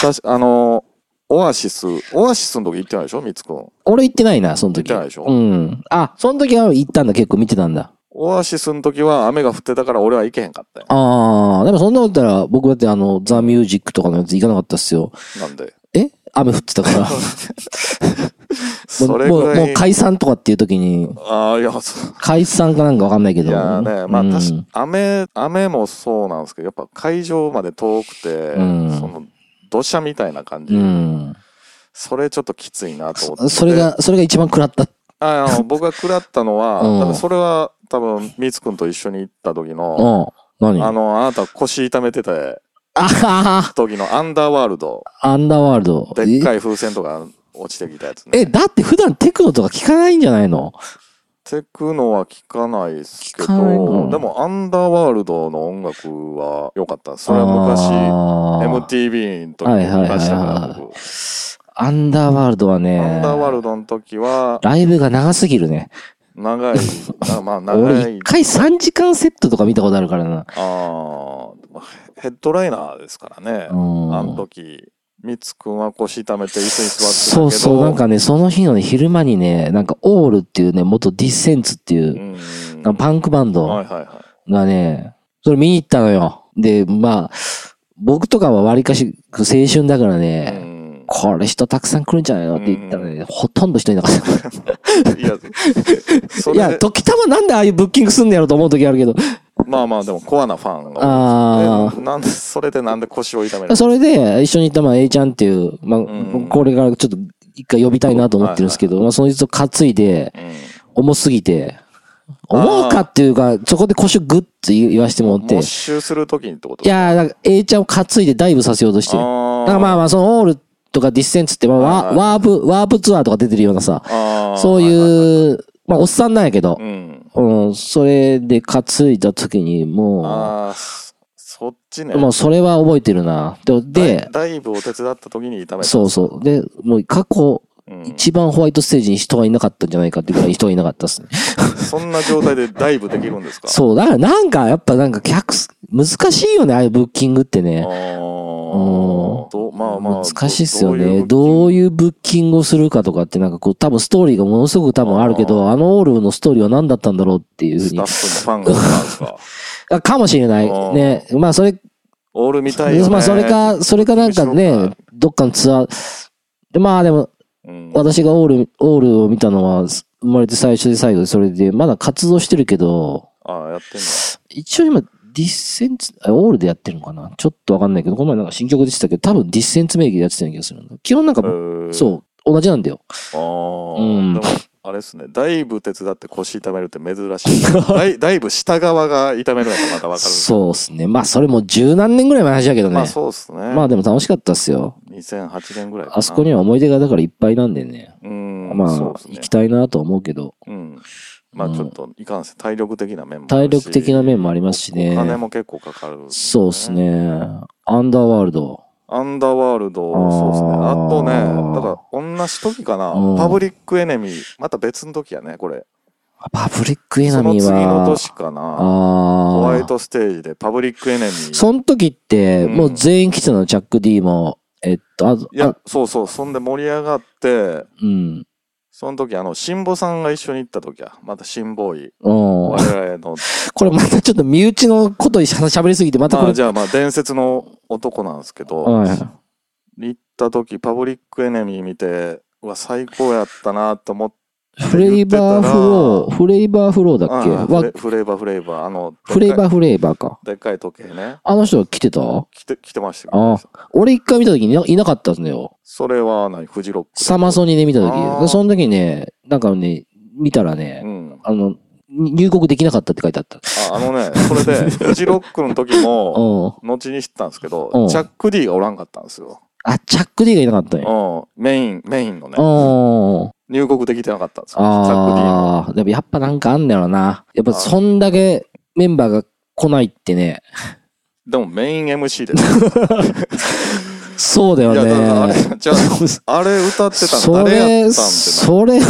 Speaker 3: たし、あの、オアシス、オアシスの時行ってないでしょ、みつくん。
Speaker 2: 俺行ってないな、その時。
Speaker 3: 行ってないでしょ
Speaker 2: うん。あ、その時は行ったんだ、結構見てたんだ。
Speaker 3: オアシスの時は雨が降ってたから俺は行けへんかったよ。
Speaker 2: あー、でもそんなこと言ったら、僕だってあの、ザ・ミュージックとかのやつ行かなかったっすよ。
Speaker 3: なんで。
Speaker 2: え雨降って
Speaker 3: *laughs*
Speaker 2: たから。も
Speaker 3: そうれ
Speaker 2: も
Speaker 3: ぐ
Speaker 2: う、
Speaker 3: ら
Speaker 2: もう
Speaker 3: い。
Speaker 2: 解散とかっていう時に、
Speaker 3: ああ、いや、そう
Speaker 2: 解散かなんかわかんないけ
Speaker 3: い
Speaker 2: ど。
Speaker 3: やね、まあ、
Speaker 2: うん
Speaker 3: 確か雨、雨もそうなんですけど、やっぱ会場まで遠くて、
Speaker 2: うん
Speaker 3: その、土砂みたいな感じ
Speaker 2: うん。
Speaker 3: それちょっときついなと思って
Speaker 2: そそれが、それが一番食らった。
Speaker 3: あ
Speaker 2: *laughs*
Speaker 3: あの僕が食らったのは、
Speaker 2: うん
Speaker 3: 多分それは多分ミツ君と一緒に行った時
Speaker 2: う
Speaker 3: の、
Speaker 2: ん。何
Speaker 3: あ
Speaker 2: あ
Speaker 3: のあなた腰痛めてた
Speaker 2: あは
Speaker 3: 時のアンダーワールド
Speaker 2: はアンダーワールド。
Speaker 3: でっかい風船とか落ちてきたやつね
Speaker 2: え、だって普段テクノとか聞かないんじゃないの
Speaker 3: テクノは聞かないですけ
Speaker 2: 聞かない
Speaker 3: ど
Speaker 2: の
Speaker 3: でもアンダーワールドの音楽は良かったそれは昔
Speaker 2: あー
Speaker 3: MTV の時に出したか
Speaker 2: はいはいはい
Speaker 3: ら
Speaker 2: はい
Speaker 3: 僕
Speaker 2: アンダーワールドはね、
Speaker 3: アンダーワールドの時は
Speaker 2: ライブが長すぎるね。 *laughs*
Speaker 3: 長いあまあ長
Speaker 2: 俺
Speaker 3: い
Speaker 2: 一回3時間セットとか見たことあるからな。
Speaker 3: あーヘッドライナーですからね
Speaker 2: う、ん
Speaker 3: あの時、みつくんは腰痛めて椅子に座ってたけど。
Speaker 2: そうそう、なんかね、その日のね、昼間にね、なんか、オールっていうね、元ディッセンツっていうう、
Speaker 3: ん。
Speaker 2: なんかパンクバン
Speaker 3: は
Speaker 2: ド
Speaker 3: いはいは
Speaker 2: がね、それ見に行ったのよ。で、まあ、僕とかはわりかし青春だから
Speaker 3: い。う
Speaker 2: ね、
Speaker 3: ん
Speaker 2: これ人たくさん来るんじゃないのって言ったらね、ほとんど人いなかった。*laughs*
Speaker 3: いや、そ
Speaker 2: いや、
Speaker 3: れ、
Speaker 2: 時たまなんでああいうブッキングすんのやろと思う時あるけど。
Speaker 3: まあまあでもコアなファンが多
Speaker 2: あ
Speaker 3: い。えなんで、それでなんで腰を痛める
Speaker 2: あ。それで、一緒に行った、まあ、A ちゃんっていう、まあ
Speaker 3: ん、
Speaker 2: これからちょっと一回呼びたいなと思ってるんですけど、まあ、そいつを担いで、
Speaker 3: うん
Speaker 2: 重すぎて、重うかっていうか、そこで腰をグッと言わしてもらって、
Speaker 3: 没
Speaker 2: い
Speaker 3: 収するときにってことあ
Speaker 2: やー、なんか A ちゃんを担いでダイブさせようとしてる。だ
Speaker 3: ー
Speaker 2: からまあまあ、そのオールとかディッセンツって、まあ、
Speaker 3: は
Speaker 2: ワ
Speaker 3: い
Speaker 2: ワープ、ワープツアーとか出てるようなさ、
Speaker 3: あー
Speaker 2: そういう、まあ、おっさんなんやけど
Speaker 3: う、ん。
Speaker 2: うん、それで担いだ時に、も
Speaker 3: ああ、そそっちね
Speaker 2: う、。もうそれは覚えてるな。で、で
Speaker 3: ダイダイブを手伝ったときに痛めた。
Speaker 2: そうそう。で、もう過去、
Speaker 3: うん
Speaker 2: 一番ホワイトステージに人がいなかったんじゃないかっていうぐらい人がいなかったっすね。
Speaker 3: そんな状態でダイブできるんですか
Speaker 2: そう、だからなんか、やっぱなんか客す、難しいよね、ああいうブッキングって
Speaker 3: あ
Speaker 2: ね。
Speaker 3: ーどまあまあ。
Speaker 2: 難しいっすよね。
Speaker 3: ど
Speaker 2: ど
Speaker 3: う
Speaker 2: う
Speaker 3: いう
Speaker 2: いうブッキングをするかとかってなんかこう、多分ストーリーがものすごく多分あるけど、あのオールのストーリーは何だったんだろうっていうふう
Speaker 3: ス
Speaker 2: に
Speaker 3: タッ。フのファンがいたんです
Speaker 2: *laughs*
Speaker 3: か
Speaker 2: あかもしれない。
Speaker 3: うん
Speaker 2: ね。まあそれ、
Speaker 3: オール見たいよ、ね。
Speaker 2: まあそれか、それかなんか
Speaker 3: 面白
Speaker 2: ね
Speaker 3: く、
Speaker 2: どっかのツアー、でまあでも、
Speaker 3: うん、
Speaker 2: 私がオール、オールを見たのは、す生まれて最初で最後で、それで、まだ活動してるけど、
Speaker 3: ああ、やってん
Speaker 2: 一応今、ディッセンツ、あオールでやってるのかなちょっとわかんないけど、この前なんか新曲でしたけど、多分ディッセンツ名義でやってたような気がするんだ。基本なんか、
Speaker 3: だ。う。
Speaker 2: そう、同じなんだよ。
Speaker 3: ああ、
Speaker 2: うん
Speaker 3: でも、あれですね。ダイブ手伝って腰痛めるって珍し
Speaker 2: *laughs*
Speaker 3: い。ダイダイブ下側が痛めるのとまたわかる。
Speaker 2: そうっすね。まあ、それも十何年ぐらい前の話だけどね。
Speaker 3: ま
Speaker 2: ま
Speaker 3: あそうですね。
Speaker 2: あ、でも楽しかったっすよ。
Speaker 3: 2008年ぐらいかな。
Speaker 2: あそこには思い出がだからいっぱいなんでね。
Speaker 3: うん、
Speaker 2: まあ、
Speaker 3: そうですね
Speaker 2: 行きたいなとは思うけど、
Speaker 3: うん。まあちょっと、いかんせん体力的な面もある
Speaker 2: 体
Speaker 3: し
Speaker 2: 力的な面もありますし
Speaker 3: お金
Speaker 2: ね。
Speaker 3: も結構かかる。
Speaker 2: そうっすね。アンダーワールド。
Speaker 3: アンダーワールド、
Speaker 2: あー
Speaker 3: そうですね。あとね、だから、同じ時かな
Speaker 2: うん。
Speaker 3: パブリックエネミー。また別の時やね、これ。
Speaker 2: パブリックエナ
Speaker 3: その
Speaker 2: ミー
Speaker 3: 次の
Speaker 2: は、
Speaker 3: 年か
Speaker 2: あ
Speaker 3: な。ホワイ
Speaker 2: あー、
Speaker 3: トステージでパブリックエネミー。
Speaker 2: その時って、
Speaker 3: うん
Speaker 2: もう全員来てたの、チャック D も、えっと、あ、
Speaker 3: い
Speaker 2: あ
Speaker 3: や、そうそう。そんで盛り上がって、
Speaker 2: うん、
Speaker 3: その時、あの、辛坊さんが一緒に行った時や。また辛坊医。
Speaker 2: うん
Speaker 3: 我。
Speaker 2: *laughs*
Speaker 3: 々の。
Speaker 2: これまたちょっと身内のことしゃ喋りすぎて、またこ
Speaker 3: まあ、
Speaker 2: れ、
Speaker 3: じゃあ、まあ、伝説の男なんですけど、
Speaker 2: はい
Speaker 3: 行った時、パブリックエネミー見て、うわ、最高やったなと思って、
Speaker 2: フレイバーフロー、フレイバーフローだっけは
Speaker 3: あフレフレーバーフレーバー。あの、
Speaker 2: フレイバ
Speaker 3: ー。
Speaker 2: ーフレーバーか。
Speaker 3: でっかい時計ね。
Speaker 2: あの人が来てた
Speaker 3: 来て、来てましたけ
Speaker 2: あ
Speaker 3: ど
Speaker 2: あ。俺一回見た時にいないなかったんだよ。
Speaker 3: それは何フジロック。
Speaker 2: サマソニーで見た
Speaker 3: あ
Speaker 2: 時。
Speaker 3: ー
Speaker 2: でその時ね、なんかね、見たら
Speaker 3: う
Speaker 2: ね、
Speaker 3: ん。
Speaker 2: あの、に入国できなかったって書いてあった。
Speaker 3: ああのね、そ
Speaker 2: *laughs*
Speaker 3: れで、フジロックの時
Speaker 2: う
Speaker 3: も、
Speaker 2: ん。
Speaker 3: 後に知ったんですけど
Speaker 2: うん、
Speaker 3: チャック D がおらんかったんですよ。
Speaker 2: あ、チャック D がいなかったんや。
Speaker 3: うん。メイン、メインのね
Speaker 2: う、ん。
Speaker 3: 入国できてなかったんですよ。チャック D の。
Speaker 2: ああ、でもやっぱなんかあんだよな。やっぱそんだけメンバーが来ないってね。
Speaker 3: でもメイン MC です。
Speaker 2: そうだよ
Speaker 3: いや、だからあ
Speaker 2: *laughs*
Speaker 3: れ
Speaker 2: ね。、
Speaker 3: じゃあ、あれ歌ってたの
Speaker 2: そ
Speaker 3: 誰やったんってな
Speaker 2: れ、
Speaker 3: る
Speaker 2: それ、
Speaker 3: チ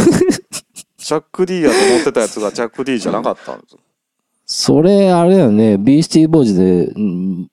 Speaker 3: ャック D やと思ってたやつがチャック D じゃなかったんですよ。 *laughs*
Speaker 2: それ、あれだよね。ビースティーボーイズで、うん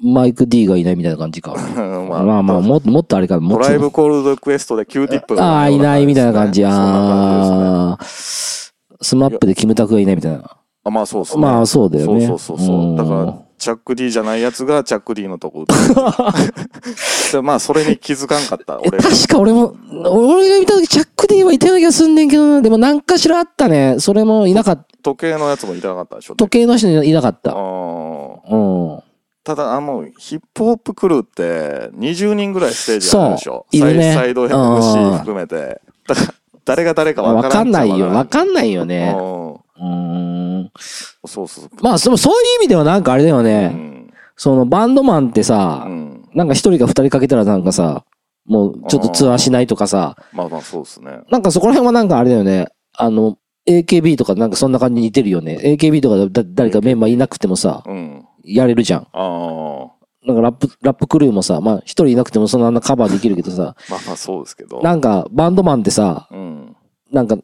Speaker 2: マイク D がいないみたいな感じか。
Speaker 3: うん
Speaker 2: まあまあ、もっともっとあれか。も
Speaker 3: ド
Speaker 2: っと
Speaker 3: ライブコールドクエストで Q ティップ
Speaker 2: ああ、いないみたいな感じ。
Speaker 3: そんな感じですね
Speaker 2: ああ、スマップでキムタクがいないみたいな。
Speaker 3: あまあそうそう、
Speaker 2: まあ、そうだよね。
Speaker 3: そうそうそうそう。だから、チャック D じゃないやつがチャック D のとこ打
Speaker 2: *laughs*
Speaker 3: つでまあ、それに気づかんかった、
Speaker 2: え、
Speaker 3: 俺。
Speaker 2: 確か俺も、俺が見た時チャック D はいたような気がすんねんけどな、でもなんかしらあったね。それもいなかった。
Speaker 3: 時計のやつもいらなかったでしょ。
Speaker 2: 時計の人いなかった。
Speaker 3: あー
Speaker 2: うん。
Speaker 3: ただ、あの、ヒップホップクルーって、20人ぐらいステージあるでしょ。
Speaker 2: そういるね
Speaker 3: サイサイド
Speaker 2: うん
Speaker 3: MC 含めて。だから、誰が誰かわ
Speaker 2: わ
Speaker 3: からん
Speaker 2: かんないよ。わ
Speaker 3: ん
Speaker 2: かんないよね。。
Speaker 3: ね
Speaker 2: うーん。
Speaker 3: うんそうそう。
Speaker 2: まあ、そのそういう意味ではなんかあれだよ
Speaker 3: う
Speaker 2: ね。
Speaker 3: ん。
Speaker 2: そのバンドマンってさ
Speaker 3: う、ん。
Speaker 2: なんか一人か二人かけたらなんかさ、もうちょっとツアーしないとかさ、
Speaker 3: まあまあ、そうですね。
Speaker 2: なんかそこら辺はなんかあれだよね。あの、AKB とかなんかそんな感じに似てるよね。AKB とかだだ誰かメンバーいなくてもさ、
Speaker 3: うん。
Speaker 2: やれるじゃん。
Speaker 3: ああ。
Speaker 2: なんかラップ、ラップクルーもさ、まあ一人いなくてもそんなあんなカバーできるけどさ、
Speaker 3: まあまあ、 *laughs* そうですけど。
Speaker 2: なんかバンドマンってさ、
Speaker 3: うん。
Speaker 2: なんか、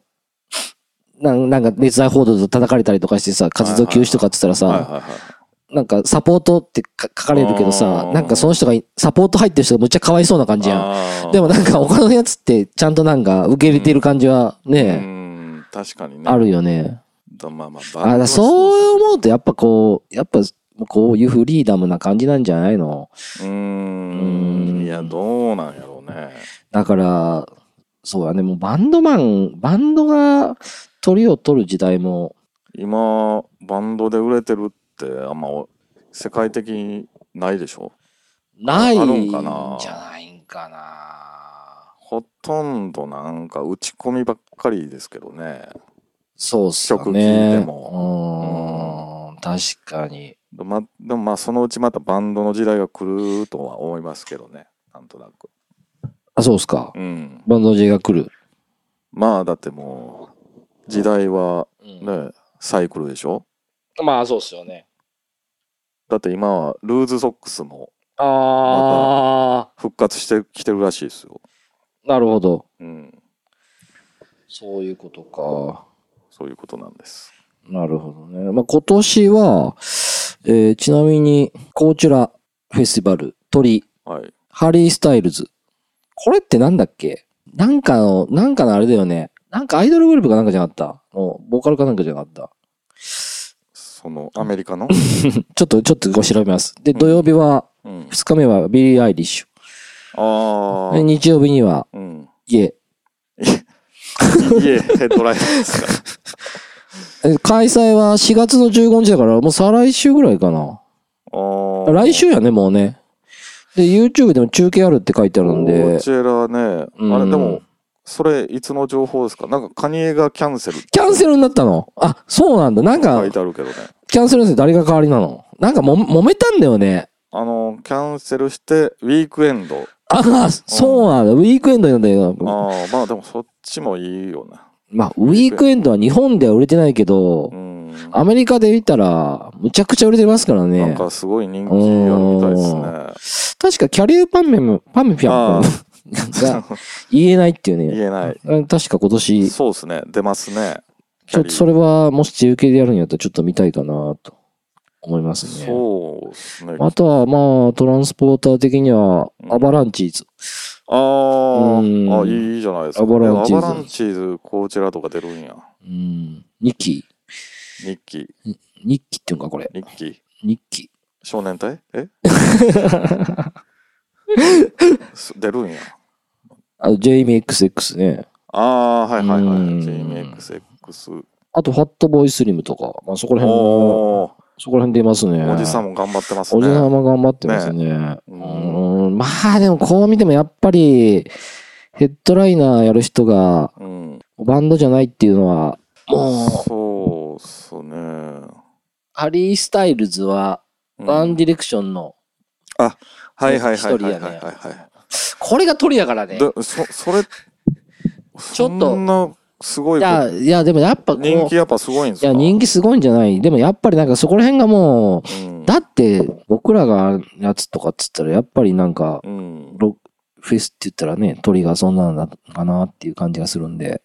Speaker 2: なんなんか熱愛報道と叩かれたりとかしてさ、活動休止とかって言ったら
Speaker 3: はいはい
Speaker 2: さ、
Speaker 3: はい。
Speaker 2: なんかサポートってか書かれるけど
Speaker 3: あ
Speaker 2: さ、
Speaker 3: ー
Speaker 2: なんかその人がい、サポート入ってる人がむっちゃかわいそうな感じやん。
Speaker 3: あー
Speaker 2: でもなんか他のやつってちゃんとなんか受け入れてる感じは
Speaker 3: う
Speaker 2: ね、
Speaker 3: ん。確かにね。
Speaker 2: あるよね。
Speaker 3: だまあまあ、
Speaker 2: あだからそう思うとやっぱこう、やっぱこういうフリーダムな感じなんじゃないの
Speaker 3: うーん
Speaker 2: うーん
Speaker 3: いやどうなんやろうね
Speaker 2: だから、そうやね、もうバンドマン、バンドが鳥を取る時代も、
Speaker 3: 今バンドで売れてるってあんまお世界的にないでしょ
Speaker 2: ない
Speaker 3: ある
Speaker 2: ん
Speaker 3: ん
Speaker 2: じ
Speaker 3: か
Speaker 2: ゃ
Speaker 3: な
Speaker 2: ないんかな。
Speaker 3: ほとんどなんか打ち込みばっかりですけどね
Speaker 2: そうっすかね。
Speaker 3: 曲聴いて
Speaker 2: も。うーん、確かに。
Speaker 3: までもまあそのうちまたバンドの時代が来るとは思いますけどねなんとなく
Speaker 2: あ、そうっすか。
Speaker 3: うん
Speaker 2: バンド J が来る。
Speaker 3: まあだってもう時代はねサイクルでしょ
Speaker 2: まあ、そうっすよね。
Speaker 3: だって今はルーズソックスも
Speaker 2: あ
Speaker 3: 復活してきてるらしいですよ
Speaker 2: ー、なるほど。
Speaker 3: うん
Speaker 2: そういうことか。
Speaker 3: そういうことなんです
Speaker 2: なるほどね。まあ、今年は、えーちなみに、コーチュラフェスティバル、鳥、
Speaker 3: はい
Speaker 2: ハリー・スタイルズ。これってなんだっけなんかの、なんかのあれだよね。なんかアイドルグループかなんかじゃなかったのボーカルかなんかじゃなかった
Speaker 3: そのアメリカの、
Speaker 2: ちょっと、ちょっとご調べます。で、土曜日は、
Speaker 3: うん、
Speaker 2: 2日目はビリー・アイリッシ
Speaker 3: あ
Speaker 2: ュ。
Speaker 3: あ
Speaker 2: で、日曜日には、
Speaker 3: うん。
Speaker 2: イエ。
Speaker 3: *laughs* いえ、ドライブですから。
Speaker 2: え開催は4月の15日だから、もう再来週ぐらいかな。
Speaker 3: *laughs* あー
Speaker 2: 来週やね、もうね。で、YouTube でも中継あるって書いてあるん
Speaker 3: こ
Speaker 2: で。
Speaker 3: ちらね、
Speaker 2: うん
Speaker 3: あれでも、それいつの情報ですかなんかカニエがキャンセル。
Speaker 2: キャンセルになったのあ、そうなんだ。なんか
Speaker 3: 書い、てあるけどね。
Speaker 2: キャンセルです誰が代わりなのなんかも、揉めたんだよね。
Speaker 3: あの、キャンセルして、ウィークエンド。
Speaker 2: ああ、そうなんだ。ウィークエンドなんだよ。
Speaker 3: ああ、まあでもそっちもいいよね。
Speaker 2: まあ、ウィークエンドは日本では売れてないけど
Speaker 3: う、ん。
Speaker 2: アメリカで見たら、むちゃくちゃ売れてますから
Speaker 3: なん
Speaker 2: ね。
Speaker 3: かすごい人気あるみたいですね。
Speaker 2: 確かキャリアパンメム、パンメピャ
Speaker 3: あ
Speaker 2: ンか
Speaker 3: *laughs*
Speaker 2: なが言えないっていうね。
Speaker 3: 言えない。
Speaker 2: あ確か今年、ち
Speaker 3: そうですね。出ますね。
Speaker 2: ょっとそ
Speaker 3: れ。
Speaker 2: れは、もし中継でやるんやったらちょっと見たいかなと思いますね。
Speaker 3: そうですね。
Speaker 2: あとは、まあ、トランスポーター的には、アバランチーズ。
Speaker 3: あ
Speaker 2: うん
Speaker 3: ーあ、いいじゃないですか。
Speaker 2: アバランチーズ
Speaker 3: アバランチーズ、こちらとか出るんや。
Speaker 2: うん。ニッキ
Speaker 3: ニッキー、
Speaker 2: ー。ニッキーっていうんか、これ。
Speaker 3: ニッキー、
Speaker 2: ニッキ
Speaker 3: 少年隊
Speaker 2: *laughs*
Speaker 3: えす出るんや。
Speaker 2: ー。あ、ジェイミー XX ね。
Speaker 3: ああー、はいはいは
Speaker 2: う
Speaker 3: い。
Speaker 2: ん
Speaker 3: JMXX。
Speaker 2: あと、ファットボーイスリムとか。まあ、そこら辺も、
Speaker 3: おお
Speaker 2: そこら辺出ますね。
Speaker 3: ー、おじさん
Speaker 2: も。
Speaker 3: も頑張ってますね。
Speaker 2: おじさんも頑張ってますね。う。
Speaker 3: うん
Speaker 2: まあ、でも、こう見てもやっぱり、ヘッドライナーやる人が、
Speaker 3: うん。
Speaker 2: バンドじゃないっていうのは、もう、
Speaker 3: そうっすね。
Speaker 2: ハリー・スタイルズは、
Speaker 3: うん
Speaker 2: ワンディレクションの、
Speaker 3: はいはいはい
Speaker 2: 一
Speaker 3: は
Speaker 2: 人
Speaker 3: い
Speaker 2: やね
Speaker 3: はいは
Speaker 2: これが鳥やから
Speaker 3: い。
Speaker 2: ね。
Speaker 3: で、そ、そ
Speaker 2: *laughs*
Speaker 3: れ、
Speaker 2: ちょっと
Speaker 3: そんな、すごい
Speaker 2: い
Speaker 3: こ
Speaker 2: や、
Speaker 3: と、
Speaker 2: いや、でもやっぱこう、
Speaker 3: 人気やっぱすごいんです
Speaker 2: い
Speaker 3: か
Speaker 2: や、人気すごいんじゃないでもやっぱりなんかそこら辺がもう、
Speaker 3: うん
Speaker 2: だって僕らがやつとかっつったらやっぱりなんか、
Speaker 3: うん。
Speaker 2: ロフェスって言ったらね、鳥がそんなのだかなっていう感じがするんで。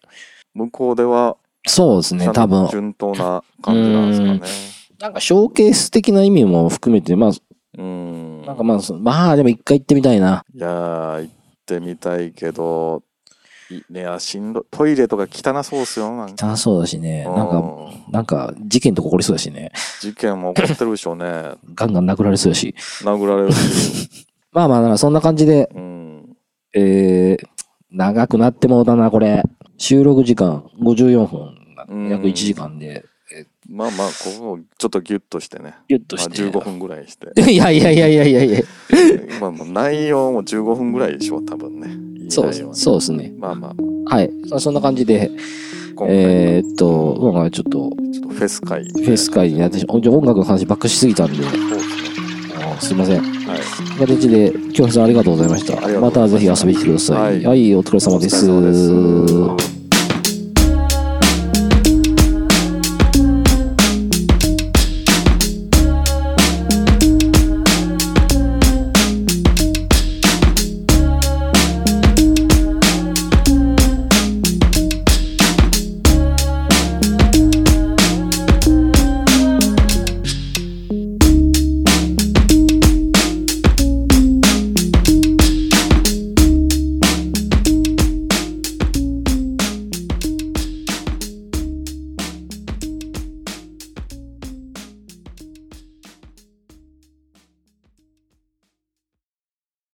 Speaker 3: 向こうでは、
Speaker 2: そうですね、
Speaker 3: ちゃ
Speaker 2: 多
Speaker 3: んと
Speaker 2: 分。
Speaker 3: 順当な感じなんです
Speaker 2: なんかショーケース的な意味も含めて、まあ、
Speaker 3: かね。うん。
Speaker 2: なんかまあ、そまあでも一回行ってみたいな。
Speaker 3: いやー、行ってみたいけど、いねや、しんどい、トイレとか汚そうっすよ、なんか。
Speaker 2: 楽しそうだしね、なんか、
Speaker 3: うん
Speaker 2: なんか事件とか起こりそうだしね、
Speaker 3: 事件も起こってるでしょう
Speaker 2: *laughs*
Speaker 3: ね。
Speaker 2: ガンガン殴られそうだし。
Speaker 3: 殴られるし。
Speaker 2: まあまあ、なんかそんな感じで、
Speaker 3: うん。
Speaker 2: えー、長くなってもうだな、これ。収録時間54分、
Speaker 3: うん
Speaker 2: 約1時間で、け
Speaker 3: まあまあ、ここをちょっとギュッとしてね。
Speaker 2: ギュッとして。
Speaker 3: まあ15分ぐらいにして。
Speaker 2: *laughs* いやいやいやいやいやいや。
Speaker 3: *laughs* まあもう内容も15分ぐらいでしょう、多分ね。いい
Speaker 2: そ
Speaker 3: 内容
Speaker 2: う、
Speaker 3: は
Speaker 2: そうですね。
Speaker 3: まあまあまあ、
Speaker 2: はい。そそんな感じで、
Speaker 3: 今回は
Speaker 2: えーっと、まあちょっと、
Speaker 3: ちょっとフェス会。フ
Speaker 2: フェス会になってしまう。ちょ音楽の話ばっかしすぎたんで、
Speaker 3: そうですね。
Speaker 2: あーすいません。
Speaker 3: はい。
Speaker 2: 形で、京平さんありがとうございました。
Speaker 3: ありがとうございま
Speaker 2: ま
Speaker 3: した
Speaker 2: たぜひ遊びに来てください。
Speaker 3: はい
Speaker 2: はい、お疲れ様
Speaker 3: お疲れ様です